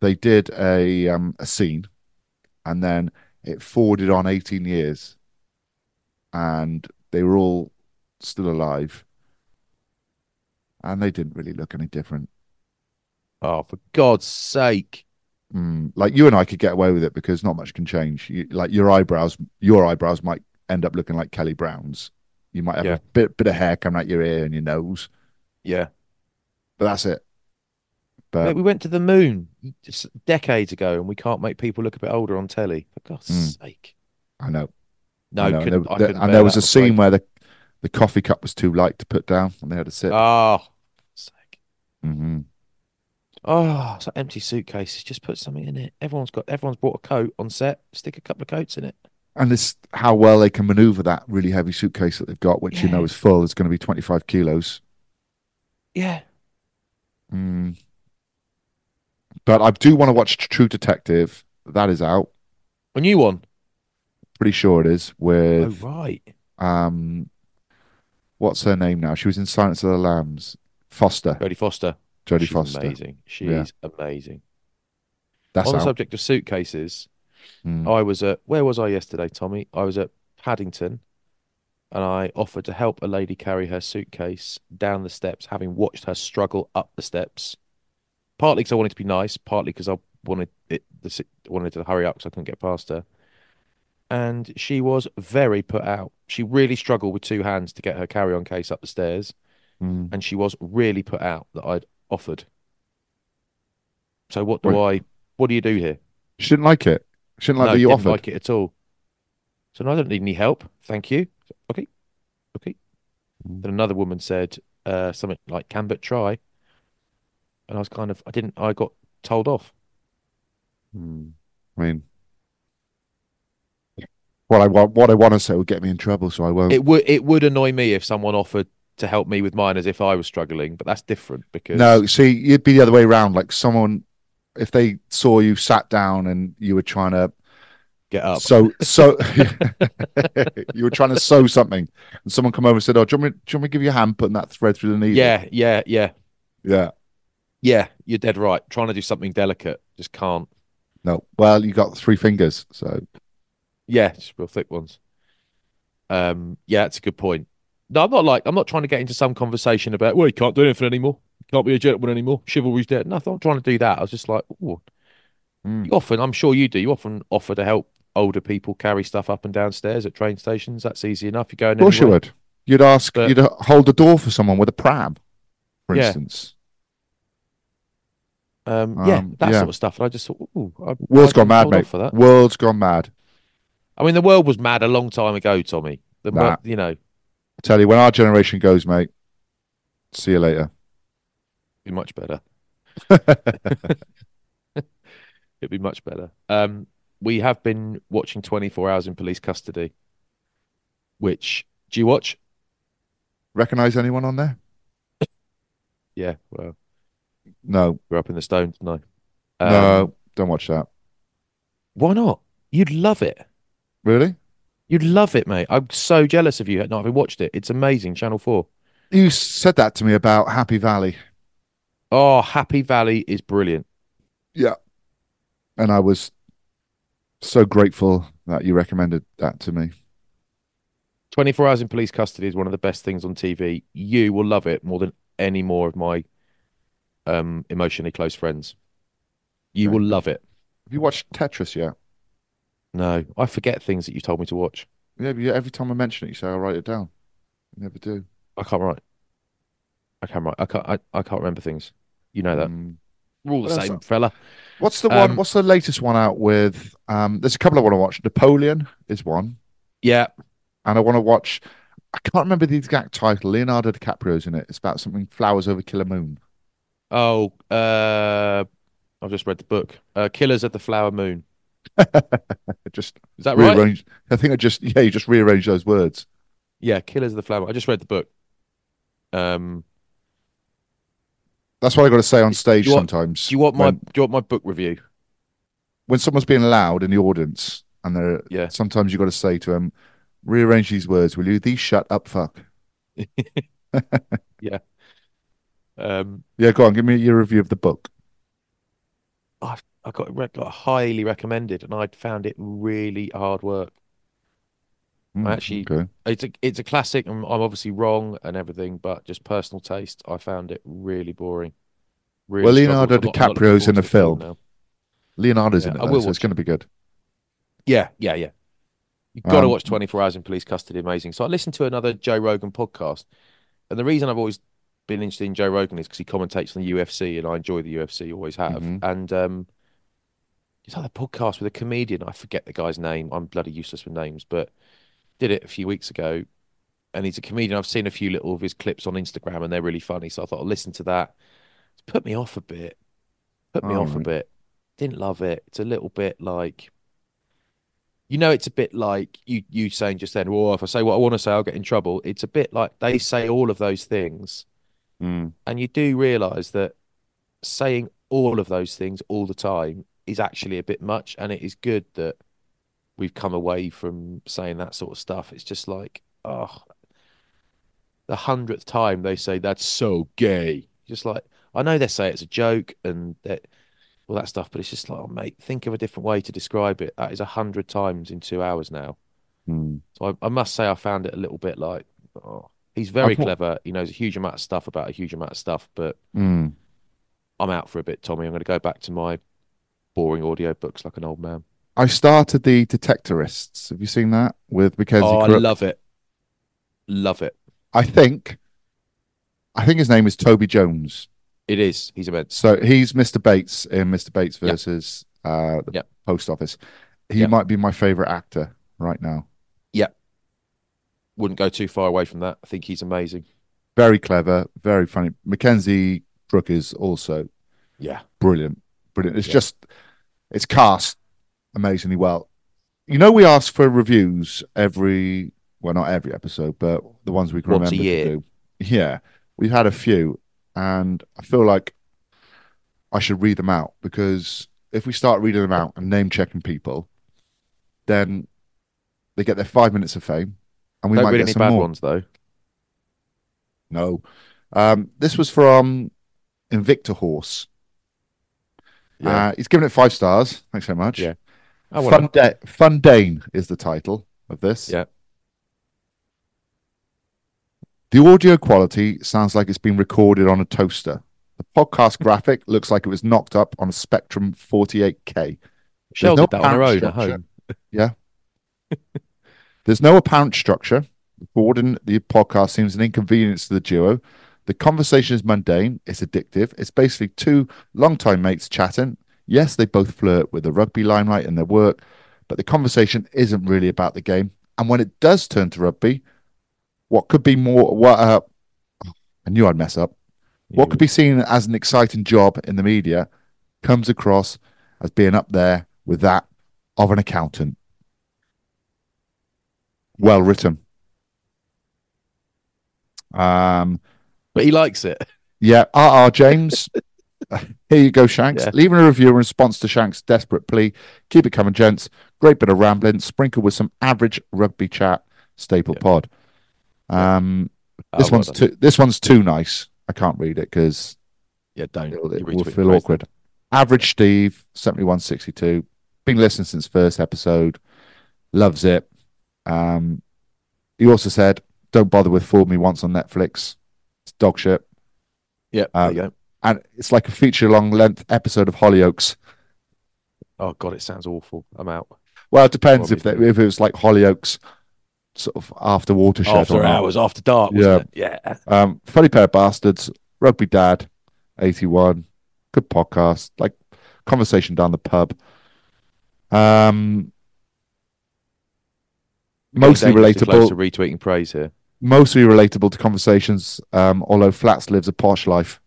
[SPEAKER 4] they did a um, a scene, and then it forwarded on eighteen years, and they were all still alive, and they didn't really look any different.
[SPEAKER 5] Oh, for God's sake.
[SPEAKER 4] Mm, like you and I could get away with it because not much can change. You, like your eyebrows, your eyebrows might end up looking like Kelly Brown's. You might have
[SPEAKER 5] Yeah.
[SPEAKER 4] a bit bit of hair coming out your ear and your nose,
[SPEAKER 5] Yeah.
[SPEAKER 4] but that's it.
[SPEAKER 5] Mate,
[SPEAKER 4] But
[SPEAKER 5] we went to the moon just decades ago and we can't make people look a bit older on telly. For God's
[SPEAKER 4] Mm.
[SPEAKER 5] sake.
[SPEAKER 4] I know,
[SPEAKER 5] No,
[SPEAKER 4] I know.
[SPEAKER 5] couldn't,
[SPEAKER 4] and
[SPEAKER 5] I
[SPEAKER 4] there,
[SPEAKER 5] couldn't
[SPEAKER 4] and
[SPEAKER 5] bear
[SPEAKER 4] there was
[SPEAKER 5] that,
[SPEAKER 4] a
[SPEAKER 5] I'm afraid.
[SPEAKER 4] scene where the the coffee cup was too light to put down, and they had to sit.
[SPEAKER 5] Oh, for God's sake.
[SPEAKER 4] hmm
[SPEAKER 5] Oh, it's like empty suitcases. Just put something in it. Everyone's got, everyone's brought a coat on set. Stick a couple of coats in it.
[SPEAKER 4] And this, how well they can maneuver that really heavy suitcase that they've got, which you know
[SPEAKER 5] Yeah.
[SPEAKER 4] is full. It's going to be twenty five kilos.
[SPEAKER 5] Yeah.
[SPEAKER 4] Mm. But I do want to watch True Detective. That is out.
[SPEAKER 5] A new one.
[SPEAKER 4] Pretty sure it is
[SPEAKER 5] Oh,
[SPEAKER 4] with
[SPEAKER 5] right.
[SPEAKER 4] um what's her name now? She was in Silence of the Lambs. Foster,
[SPEAKER 5] Jodie Foster.
[SPEAKER 4] Jodie
[SPEAKER 5] She's
[SPEAKER 4] Foster.
[SPEAKER 5] amazing. She's
[SPEAKER 4] Yeah.
[SPEAKER 5] amazing.
[SPEAKER 4] That's
[SPEAKER 5] On the
[SPEAKER 4] out.
[SPEAKER 5] subject Oh. of suitcases,
[SPEAKER 4] Mm.
[SPEAKER 5] I was at, where was I yesterday, Tommy? I was at Paddington and I offered to help a lady carry her suitcase down the steps, having watched her struggle up the steps. Partly because I wanted to be nice, partly because I wanted it, the, si- wanted to hurry up because I couldn't get past her. And she was very put out. She really struggled with two hands to get her carry-on case up the stairs,
[SPEAKER 4] Mm.
[SPEAKER 5] and she was really put out that I'd offered. So what do I, what do you do here?
[SPEAKER 4] She didn't like it. She didn't like
[SPEAKER 5] no,
[SPEAKER 4] that you
[SPEAKER 5] didn't
[SPEAKER 4] offered.
[SPEAKER 5] like it at all. So no, I don't need any help. Thank you. Okay, okay.
[SPEAKER 4] Mm.
[SPEAKER 5] Then another woman said uh, something like, "Can but try," and I was kind of, I didn't, I got told off.
[SPEAKER 4] Mm. I mean what I want what I want to say will get me in trouble, so I won't.
[SPEAKER 5] It would, it would annoy me if someone offered to help me with mine as if I was struggling, but that's different because
[SPEAKER 4] No, see, you'd be the other way around. Like someone if they saw you sat down and you were trying to
[SPEAKER 5] get up.
[SPEAKER 4] So, so you were trying to sew something, and someone come over and said, "Oh, do you want me, do you want me to give you a hand putting that thread through the needle?"
[SPEAKER 5] Yeah, yeah, yeah,
[SPEAKER 4] yeah.
[SPEAKER 5] yeah. You're dead right. Trying to do something delicate, just can't.
[SPEAKER 4] No, well, you got three fingers, so
[SPEAKER 5] Yeah, just real thick ones. Um, yeah, that's a good point. No, I'm not like I'm not trying to get into some conversation about well, you can't do anything anymore. You can't be a gentleman anymore. Chivalry's dead. No, I'm not trying to do that. I was just like, ooh.
[SPEAKER 4] Mm.
[SPEAKER 5] You often, I'm sure you do. You often offer to help older people carry stuff up and downstairs at train stations. That's easy enough. You go in
[SPEAKER 4] of course you
[SPEAKER 5] anyway.
[SPEAKER 4] would. You'd ask,
[SPEAKER 5] But-
[SPEAKER 4] you'd uh, hold the door for someone with a pram, for
[SPEAKER 5] Yeah.
[SPEAKER 4] instance.
[SPEAKER 5] Um, yeah,
[SPEAKER 4] Um,
[SPEAKER 5] that
[SPEAKER 4] yeah.
[SPEAKER 5] Um, sort of stuff. And I just thought, ooh, I,
[SPEAKER 4] Um, World's
[SPEAKER 5] I
[SPEAKER 4] gone
[SPEAKER 5] got
[SPEAKER 4] mad,
[SPEAKER 5] told off
[SPEAKER 4] mate.
[SPEAKER 5] for that.
[SPEAKER 4] World's gone mad.
[SPEAKER 5] I mean, the world was mad a long time ago, Tommy. The,
[SPEAKER 4] Nah.
[SPEAKER 5] mo- You know,
[SPEAKER 4] tell you, when our generation goes, mate, see you later.
[SPEAKER 5] be much better. It'd be much better. Um, we have been watching 24 Hours in Police Custody, which do you watch?
[SPEAKER 4] Recognize anyone on there?
[SPEAKER 5] Yeah, well,
[SPEAKER 4] No,
[SPEAKER 5] we're up in the stone tonight.
[SPEAKER 4] no, don't watch that.
[SPEAKER 5] Um, Why not? You'd love it.
[SPEAKER 4] Really?
[SPEAKER 5] You'd love it, mate. I'm so jealous of you not having watched it. It's amazing. Channel 4.
[SPEAKER 4] You said that to me about Happy Valley.
[SPEAKER 5] Oh, Happy Valley is brilliant.
[SPEAKER 4] Yeah. And I was so grateful that you recommended that to me.
[SPEAKER 5] 24 Hours in Police Custody is one of the best things on TV. You will love it more than any more of my um, emotionally close friends. You will love it.
[SPEAKER 4] Have you watched Tetris yet?
[SPEAKER 5] No, I forget things that you told me to watch.
[SPEAKER 4] Yeah, but you- every time I mention it, you say, I'll write it down. You never do.
[SPEAKER 5] I can't write. I can't write. I can't. I, I can't remember things. You know that.
[SPEAKER 4] Mm.
[SPEAKER 5] We're all the
[SPEAKER 4] Well, that's
[SPEAKER 5] same,
[SPEAKER 4] not-
[SPEAKER 5] fella.
[SPEAKER 4] What's the one?
[SPEAKER 5] Um,
[SPEAKER 4] What's the latest one out with? Um, there's a couple I want to watch. Napoleon is one,
[SPEAKER 5] Yeah.
[SPEAKER 4] and I want to watch. I can't remember the exact title. Leonardo DiCaprio's in it. It's about something flowers over Killer Moon.
[SPEAKER 5] Oh, uh, I've just read the book. Uh, Killers at the Flower Moon.
[SPEAKER 4] It just
[SPEAKER 5] Is that right?
[SPEAKER 4] rearranged. I think I just yeah, you just rearrange those words.
[SPEAKER 5] Yeah, Killers of the Flower. Moon. I just read the book. Um,
[SPEAKER 4] That's what I got to say on stage
[SPEAKER 5] do you want-
[SPEAKER 4] sometimes.
[SPEAKER 5] do you want my
[SPEAKER 4] when,
[SPEAKER 5] do you want my book review?
[SPEAKER 4] when someone's being loud in the audience and they're
[SPEAKER 5] Yeah.
[SPEAKER 4] sometimes you got to say to them, rearrange these words, will you? These shut up, fuck.
[SPEAKER 5] Um,
[SPEAKER 4] Yeah, go on, give me your review of the book.
[SPEAKER 5] I got it re got highly recommended, and I found it really hard work.
[SPEAKER 4] Hmm,
[SPEAKER 5] actually-
[SPEAKER 4] okay.
[SPEAKER 5] It's a it's a classic. and I'm obviously wrong and everything, but just personal taste, I found it really boring. Really
[SPEAKER 4] Well,
[SPEAKER 5] struggled.
[SPEAKER 4] Leonardo
[SPEAKER 5] I'm not- I'm not looking
[SPEAKER 4] DiCaprio's in
[SPEAKER 5] forward to
[SPEAKER 4] a
[SPEAKER 5] the film
[SPEAKER 4] film.
[SPEAKER 5] now.
[SPEAKER 4] Leonardo's in
[SPEAKER 5] Yeah,
[SPEAKER 4] it,
[SPEAKER 5] I
[SPEAKER 4] though, so
[SPEAKER 5] will
[SPEAKER 4] it's
[SPEAKER 5] watch
[SPEAKER 4] going to be good.
[SPEAKER 5] Yeah, yeah, yeah. You've got to
[SPEAKER 4] Um,
[SPEAKER 5] watch 24 Hours in Police Custody. Amazing. So I listened to another Joe Rogan podcast. And the reason I've always been interested in Joe Rogan is because he commentates on the UFC and I enjoy the UFC, always have.
[SPEAKER 4] Mhm.
[SPEAKER 5] And um, it's like a podcast with a comedian. I forget the guy's name. I'm bloody useless with names, but did it a few weeks ago. And he's a comedian. I've seen a few little of his clips on Instagram and they're really funny. So I thought I'll listen to that. It's put me off a bit. Put me
[SPEAKER 4] All
[SPEAKER 5] off a
[SPEAKER 4] right.
[SPEAKER 5] bit. Didn't love it. It's a little bit like you know, it's a bit like you you saying just then, well, if I say what I want to say, I'll get in trouble. It's a bit like they say all of those things, and you do realize that saying all of those things all the time is actually a bit much, and it is good that we've come away from saying that sort of stuff. It's just like, oh, the hundredth time they say that's so gay. Just like I know they say it's a joke and that all that stuff, but it's just like, oh, mate, think of a different way to describe it. That is a hundred times in two hours now.
[SPEAKER 4] Hmm.
[SPEAKER 5] So I, I must say, I found it a little bit like, oh, he's very
[SPEAKER 4] I've wa-
[SPEAKER 5] clever. He knows a huge amount of stuff about a huge amount of stuff, but
[SPEAKER 4] Hmm.
[SPEAKER 5] I'm out for a bit, Tommy. I'm going to go back to my boring audio books like an old man.
[SPEAKER 4] I started the Detectorists. Have you seen that with Mackenzie
[SPEAKER 5] Oh, I
[SPEAKER 4] Crook?
[SPEAKER 5] love it. Love it.
[SPEAKER 4] I think, I think his name is Toby Jones.
[SPEAKER 5] It is. He's immense.
[SPEAKER 4] So he's Mr. Bates in Mr. Bates
[SPEAKER 5] Yeah.
[SPEAKER 4] versus uh, the
[SPEAKER 5] Yeah.
[SPEAKER 4] Post Office. He
[SPEAKER 5] Yeah.
[SPEAKER 4] might be my favorite actor right now.
[SPEAKER 5] Wouldn't go too far away from that. I think he's amazing.
[SPEAKER 4] Very clever, very funny. Mackenzie Crook is also
[SPEAKER 5] Yeah.
[SPEAKER 4] brilliant, brilliant. It's just, it's cast amazingly well. You know, we ask for reviews every, well, not every episode, but the ones we can
[SPEAKER 5] Once a
[SPEAKER 4] remember
[SPEAKER 5] year.
[SPEAKER 4] to do. Yeah, we've had a few, and I feel like I should read them out because if we start reading them out and name checking people, then they get their five minutes of fame, and we
[SPEAKER 5] Don't
[SPEAKER 4] might
[SPEAKER 5] read
[SPEAKER 4] get
[SPEAKER 5] any
[SPEAKER 4] some
[SPEAKER 5] bad
[SPEAKER 4] more.
[SPEAKER 5] ones though.
[SPEAKER 4] No. Um, this was from Invicta Horse.
[SPEAKER 5] Yeah.
[SPEAKER 4] Uh, he's given it five stars. Thanks so much.
[SPEAKER 5] Yeah. I wanna-
[SPEAKER 4] Fun da- Fundane is the title of this.
[SPEAKER 5] Yeah.
[SPEAKER 4] The audio quality sounds like it's been recorded on a toaster. The podcast graphic looks like it was knocked up on a Spectrum 48K.
[SPEAKER 5] Shell
[SPEAKER 4] no
[SPEAKER 5] did that on her own
[SPEAKER 4] apparent
[SPEAKER 5] at
[SPEAKER 4] structure.
[SPEAKER 5] home.
[SPEAKER 4] Yeah. There's no apparent structure. Recording the podcast seems an inconvenience to the duo. The conversation is mundane. It's addictive. It's basically two longtime mates chatting. Yes, they both flirt with the rugby limelight in their work, but the conversation isn't really about the game. And when it does turn to rugby, what could be more what uh, I knew I'd mess up. What could be seen as an exciting job in the media comes across as being up there with that of an accountant. Well written. Um,
[SPEAKER 5] But he likes it.
[SPEAKER 4] yeah, RR James. Here you go, Shanks.
[SPEAKER 5] Yeah.
[SPEAKER 4] Leaving a review in response to Shanks' desperate plea. Keep it coming, gents. Great bit of rambling, sprinkled with some average rugby chat. Staple pod. Um, this
[SPEAKER 5] Oh, well
[SPEAKER 4] one's
[SPEAKER 5] done.
[SPEAKER 4] too. This one's too nice. I can't read it because
[SPEAKER 5] Yeah, don't.
[SPEAKER 4] it'll,
[SPEAKER 5] You
[SPEAKER 4] it will
[SPEAKER 5] retweet
[SPEAKER 4] feel
[SPEAKER 5] the post.
[SPEAKER 4] awkward. Average Steve, 7162. Been listening since first episode. Loves it. Um, he also said, don't bother with Fool Me Once on Netflix. It's dog shit.
[SPEAKER 5] Yeah,
[SPEAKER 4] Um,
[SPEAKER 5] there you go.
[SPEAKER 4] And it's like a feature long length episode of Hollyoaks.
[SPEAKER 5] Oh god, it sounds awful. I'm out.
[SPEAKER 4] Well, it depends if, they,
[SPEAKER 5] Probably.
[SPEAKER 4] if it was like Hollyoaks sort of after watershed or
[SPEAKER 5] After
[SPEAKER 4] not.
[SPEAKER 5] hours, after dark. Wasn't It? Yeah.
[SPEAKER 4] Um, funny pair of bastards. Rugby dad, eighty-one. Good podcast. Like conversation down the pub. Um, mostly
[SPEAKER 5] Dangerously
[SPEAKER 4] relatable.
[SPEAKER 5] Close to retweeting praise here.
[SPEAKER 4] Mostly relatable to conversations. Um, although Flats lives a posh life.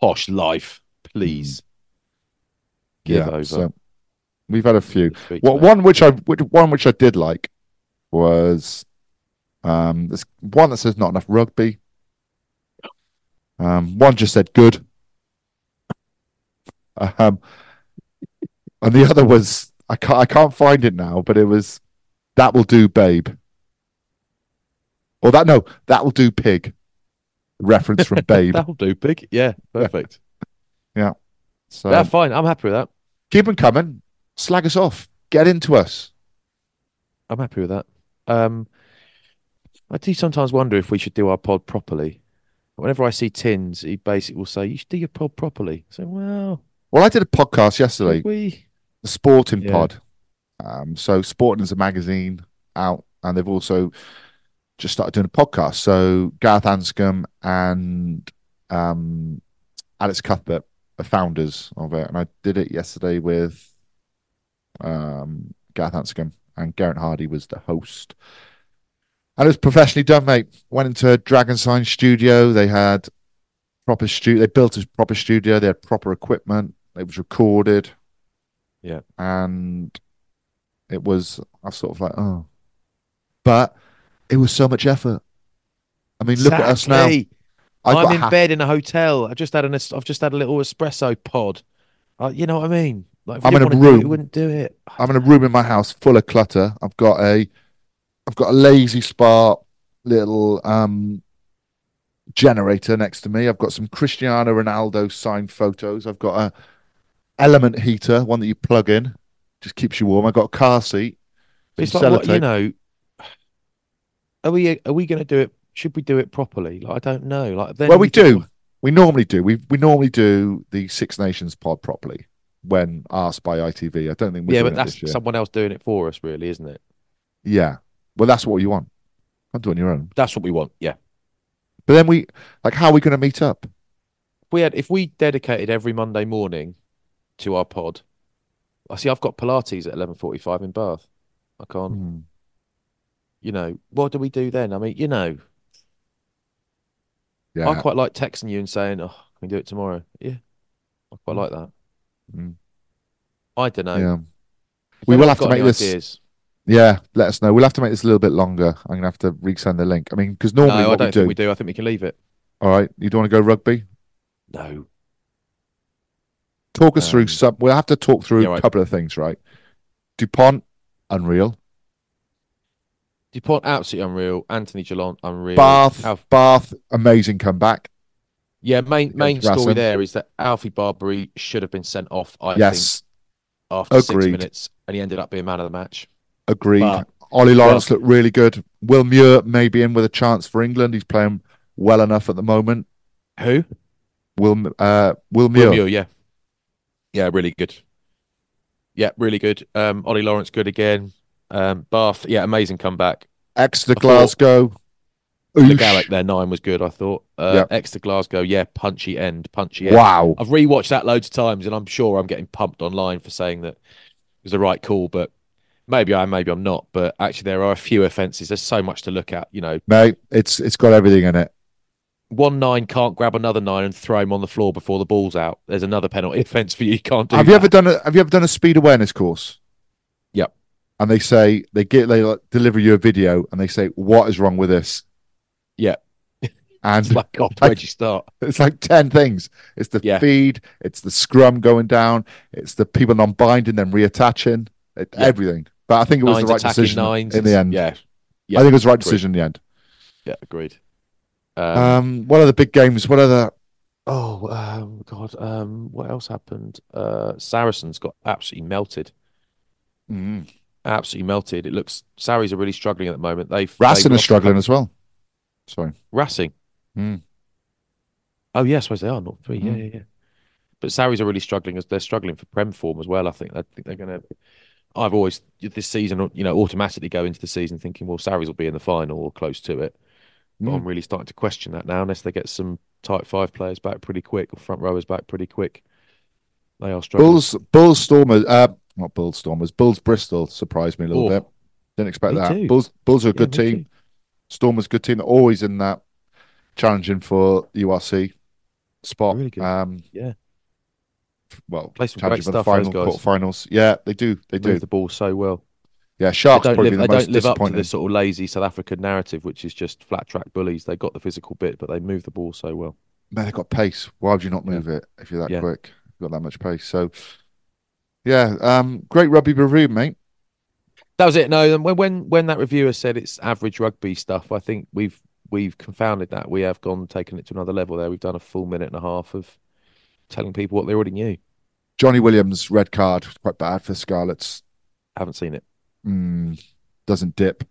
[SPEAKER 5] Posh life, please. Give over.
[SPEAKER 4] we've had a few.
[SPEAKER 5] Good tweet,
[SPEAKER 4] Well,
[SPEAKER 5] mate.
[SPEAKER 4] one which I which, one which I did like was um this one that says not enough rugby. Um, one just said good. Um, and the other was I can't I can't find it now, but it was that will do, babe. Or that no, that will do, pig. Reference from Babe.
[SPEAKER 5] That'll do, pig. Yeah, perfect.
[SPEAKER 4] So
[SPEAKER 5] yeah, fine. I'm happy with that.
[SPEAKER 4] keep them coming. Slag us off. Get into us.
[SPEAKER 5] I'm happy with that. Um, I do sometimes wonder if we should do our pod properly. Whenever I see Tins, he basically will say, "You should do your pod properly." So, well,
[SPEAKER 4] Well, I did a podcast yesterday.
[SPEAKER 5] should we
[SPEAKER 4] the Sporting
[SPEAKER 5] Yeah.
[SPEAKER 4] Pod. Um, so Sporting is a magazine out, and they've also just started doing a podcast. So Gareth Anscombe and um, Alex Cuthbert are founders of it, and I did it yesterday with um, Gareth Anscombe and Garrett Hardy was the host. And it was professionally done, mate. Went into a Dragon Sign studio. They had proper studio. They built a proper studio. They had proper equipment. It was recorded and it was I was sort of like oh, but it was so much effort. I mean, look at us now.
[SPEAKER 5] Exactly.
[SPEAKER 4] I've got
[SPEAKER 5] I'm in
[SPEAKER 4] ha-
[SPEAKER 5] bed in a hotel. I just had an. es- I've just had a little espresso pod. Uh, you know what I mean? Like, if
[SPEAKER 4] I'm
[SPEAKER 5] you
[SPEAKER 4] in a
[SPEAKER 5] didn't wanna do it,
[SPEAKER 4] room.
[SPEAKER 5] you wouldn't do it.
[SPEAKER 4] I'm in a room in my house full of clutter. I've got a, I've got a lazy spark little um generator next to me. I've got some Cristiano Ronaldo signed photos. I've got a element heater, one that you plug in, just keeps you warm. I've got a car seat.
[SPEAKER 5] It's
[SPEAKER 4] some
[SPEAKER 5] like what you
[SPEAKER 4] sellotape.
[SPEAKER 5] know. Are we? Are we going to do it? Should we do it properly? Like, I don't know. Like, then
[SPEAKER 4] well, we
[SPEAKER 5] just-
[SPEAKER 4] do. We normally do. We we normally do the Six Nations pod properly when asked by ITV. I don't think we're
[SPEAKER 5] yeah,
[SPEAKER 4] doing
[SPEAKER 5] but
[SPEAKER 4] it
[SPEAKER 5] that's
[SPEAKER 4] this year.
[SPEAKER 5] someone else doing it for us, really, isn't it?
[SPEAKER 4] Yeah. Well, that's what you want. I'm doing your own.
[SPEAKER 5] That's what we want. Yeah.
[SPEAKER 4] But then we like, how are we going to meet up?
[SPEAKER 5] we had if we dedicated every Monday morning to our pod. I see. I've got Pilates at eleven forty-five in Bath. I can't.
[SPEAKER 4] Hmm.
[SPEAKER 5] You know what do we do then? I mean, you know,
[SPEAKER 4] Yeah.
[SPEAKER 5] I quite like texting you and saying, "Oh, can we do it tomorrow?" Yeah, I quite like that.
[SPEAKER 4] Mm.
[SPEAKER 5] I don't know.
[SPEAKER 4] Hmm. yeah. We will have to make this.
[SPEAKER 5] Ideas.
[SPEAKER 4] Yeah, let us know. We'll have to make this a little bit longer. I'm gonna have to resend the link. I mean, because normally
[SPEAKER 5] No, I
[SPEAKER 4] what
[SPEAKER 5] don't
[SPEAKER 4] we
[SPEAKER 5] think
[SPEAKER 4] do,
[SPEAKER 5] we do. I think we can leave it.
[SPEAKER 4] All right, you don't want to go rugby?
[SPEAKER 5] No.
[SPEAKER 4] Talk us through
[SPEAKER 5] Um,
[SPEAKER 4] some. We'll have to talk through
[SPEAKER 5] yeah,
[SPEAKER 4] a
[SPEAKER 5] right.
[SPEAKER 4] couple of things, right? Dupont, unreal.
[SPEAKER 5] Dupont absolutely unreal. Anthony Geelong unreal.
[SPEAKER 4] Bath,
[SPEAKER 5] Alf-
[SPEAKER 4] Bath, amazing comeback.
[SPEAKER 5] yeah, main main
[SPEAKER 4] Against
[SPEAKER 5] story
[SPEAKER 4] Racing.
[SPEAKER 5] there is that Alfie Barbary should have been sent off. I think
[SPEAKER 4] yes,
[SPEAKER 5] after six
[SPEAKER 4] Agreed.
[SPEAKER 5] minutes, and he ended up being man of the match.
[SPEAKER 4] Agreed.
[SPEAKER 5] But-
[SPEAKER 4] Ollie
[SPEAKER 5] well-
[SPEAKER 4] Lawrence looked really good. Will Muir may be in with a chance for England. He's playing well enough at the moment.
[SPEAKER 5] Who?
[SPEAKER 4] Will uh, Will Muir?
[SPEAKER 5] Will Muir, yeah. Yeah, really good. Yeah, really good. Um, Ollie Lawrence, good again. Um, Bath, yeah, amazing comeback.
[SPEAKER 4] Exeter
[SPEAKER 5] I thought-
[SPEAKER 4] Glasgow.
[SPEAKER 5] The
[SPEAKER 4] Oosh.
[SPEAKER 5] Garrick, their nine was good, I thought. Uh,
[SPEAKER 4] Yep.
[SPEAKER 5] Exeter Glasgow, yeah, punchy end, punchy end.
[SPEAKER 4] Wow.
[SPEAKER 5] I've rewatched that loads of times, and I'm sure I'm getting pumped online for saying that was the right call, but maybe I am, maybe I'm not. But actually, there are a few offences. There's so much to look at. You know,
[SPEAKER 4] No, it's it's got everything in it.
[SPEAKER 5] one nine can't grab another nine and throw him on the floor before the ball's out. There's another penalty offence for you. You can't do.
[SPEAKER 4] have you ever done a Have you ever done a speed awareness course?
[SPEAKER 5] Yep.
[SPEAKER 4] And they say they get they like, deliver you a video and they say what is wrong with this
[SPEAKER 5] Yeah.
[SPEAKER 4] and
[SPEAKER 5] It's like, God, where'd you start?
[SPEAKER 4] It's like 10 things. It's the
[SPEAKER 5] Yeah.
[SPEAKER 4] feed, it's the scrum going down, it's the people non binding, then reattaching, it,
[SPEAKER 5] Yeah.
[SPEAKER 4] everything. But I think it was
[SPEAKER 5] Nines
[SPEAKER 4] the right
[SPEAKER 5] attacking
[SPEAKER 4] decision
[SPEAKER 5] nines.
[SPEAKER 4] in the end.
[SPEAKER 5] Yeah.
[SPEAKER 4] I think it was the right
[SPEAKER 5] agreed.
[SPEAKER 4] decision in the end.
[SPEAKER 5] Yeah, agreed.
[SPEAKER 4] Um,
[SPEAKER 5] Um,
[SPEAKER 4] what are the big games? What are the.
[SPEAKER 5] oh, um, God. Um, what else happened? Uh, Saracens got absolutely melted.
[SPEAKER 4] Mm.
[SPEAKER 5] Absolutely melted. It looks Saris are really struggling at the moment. They've they've
[SPEAKER 4] Racing are
[SPEAKER 5] lost a
[SPEAKER 4] struggling
[SPEAKER 5] couple-
[SPEAKER 4] as well. Sorry.
[SPEAKER 5] Racing.
[SPEAKER 4] Mm.
[SPEAKER 5] Oh yeah, I suppose they are not three. Yeah,
[SPEAKER 4] Mm.
[SPEAKER 5] yeah, yeah. But Saris are really struggling as they're struggling for prem form as well. I think I think they're going to. I've always this season, you know, automatically go into the season thinking, well, Saris will be in the final or close to it. But
[SPEAKER 4] Hmm. Mm.
[SPEAKER 5] I'm really starting to question that now, unless they get some type five players back pretty quick or front rowers back pretty quick. They are struggling.
[SPEAKER 4] Bulls, Bulls Stormers, uh, not Bulls Stormers, Bulls Bristol surprised me a little
[SPEAKER 5] Oh.
[SPEAKER 4] bit. Didn't expect
[SPEAKER 5] Me
[SPEAKER 4] that.
[SPEAKER 5] too.
[SPEAKER 4] Bulls, Bulls are a
[SPEAKER 5] Yeah,
[SPEAKER 4] good
[SPEAKER 5] me
[SPEAKER 4] team.
[SPEAKER 5] too.
[SPEAKER 4] Stormers, good team. They're always in that challenging for URC spot.
[SPEAKER 5] Really good.
[SPEAKER 4] Um,
[SPEAKER 5] Yeah.
[SPEAKER 4] well,
[SPEAKER 5] Play some
[SPEAKER 4] challenging
[SPEAKER 5] great
[SPEAKER 4] for the
[SPEAKER 5] stuff, those
[SPEAKER 4] final
[SPEAKER 5] guys.
[SPEAKER 4] quarterfinals. Yeah, they do. They do.
[SPEAKER 5] Move the ball so well.
[SPEAKER 4] Yeah,
[SPEAKER 5] They
[SPEAKER 4] Sharks
[SPEAKER 5] don't
[SPEAKER 4] probably
[SPEAKER 5] live,
[SPEAKER 4] the
[SPEAKER 5] they
[SPEAKER 4] most
[SPEAKER 5] don't live up to
[SPEAKER 4] disappointing.
[SPEAKER 5] this sort of lazy South African narrative, which is just flat track bullies. They got the physical bit, but they move the ball so well.
[SPEAKER 4] Man, they've got pace. Why would you not move it if you're that
[SPEAKER 5] Yeah.
[SPEAKER 4] quick? You've got that much pace. So, yeah, um, great rugby review, mate.
[SPEAKER 5] That was it. No, and when when when that reviewer said it's average rugby stuff, I think we've we've confounded that. We have gone taken it to another level there. We've done a full minute and a half of telling people what they already knew.
[SPEAKER 4] Johnny Williams, red card, quite bad for Scarlets.
[SPEAKER 5] Haven't seen it.
[SPEAKER 4] Mm, doesn't dip.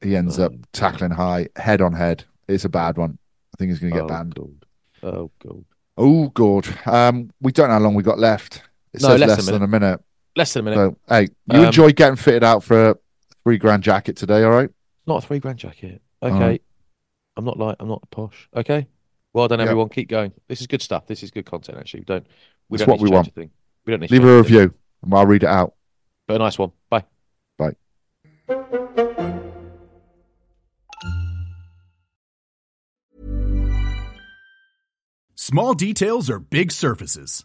[SPEAKER 4] He ends up tackling high, head on head. It's a bad one. I think he's going to get
[SPEAKER 5] Oh,
[SPEAKER 4] banned.
[SPEAKER 5] God. Oh god.
[SPEAKER 4] Oh, God. Um, we don't know how long we got left. It
[SPEAKER 5] No,
[SPEAKER 4] says
[SPEAKER 5] less than
[SPEAKER 4] less
[SPEAKER 5] a
[SPEAKER 4] than a minute.
[SPEAKER 5] Less than a minute.
[SPEAKER 4] So, hey, you
[SPEAKER 5] Um,
[SPEAKER 4] enjoy getting fitted out for a three grand jacket today, all right?
[SPEAKER 5] Not a three grand jacket.
[SPEAKER 4] right.
[SPEAKER 5] Okay. I'm not like I'm not posh. Okay. Well done,
[SPEAKER 4] Yeah.
[SPEAKER 5] everyone. Keep going. This is good stuff. This is good content actually. We don't we
[SPEAKER 4] It's
[SPEAKER 5] don't need
[SPEAKER 4] what
[SPEAKER 5] to
[SPEAKER 4] we
[SPEAKER 5] change
[SPEAKER 4] want.
[SPEAKER 5] a thing. We don't need to
[SPEAKER 4] Leave a
[SPEAKER 5] change a thing.
[SPEAKER 4] review and I'll read it out.
[SPEAKER 5] But a nice one. Bye.
[SPEAKER 4] Bye.
[SPEAKER 6] Small details are big surfaces.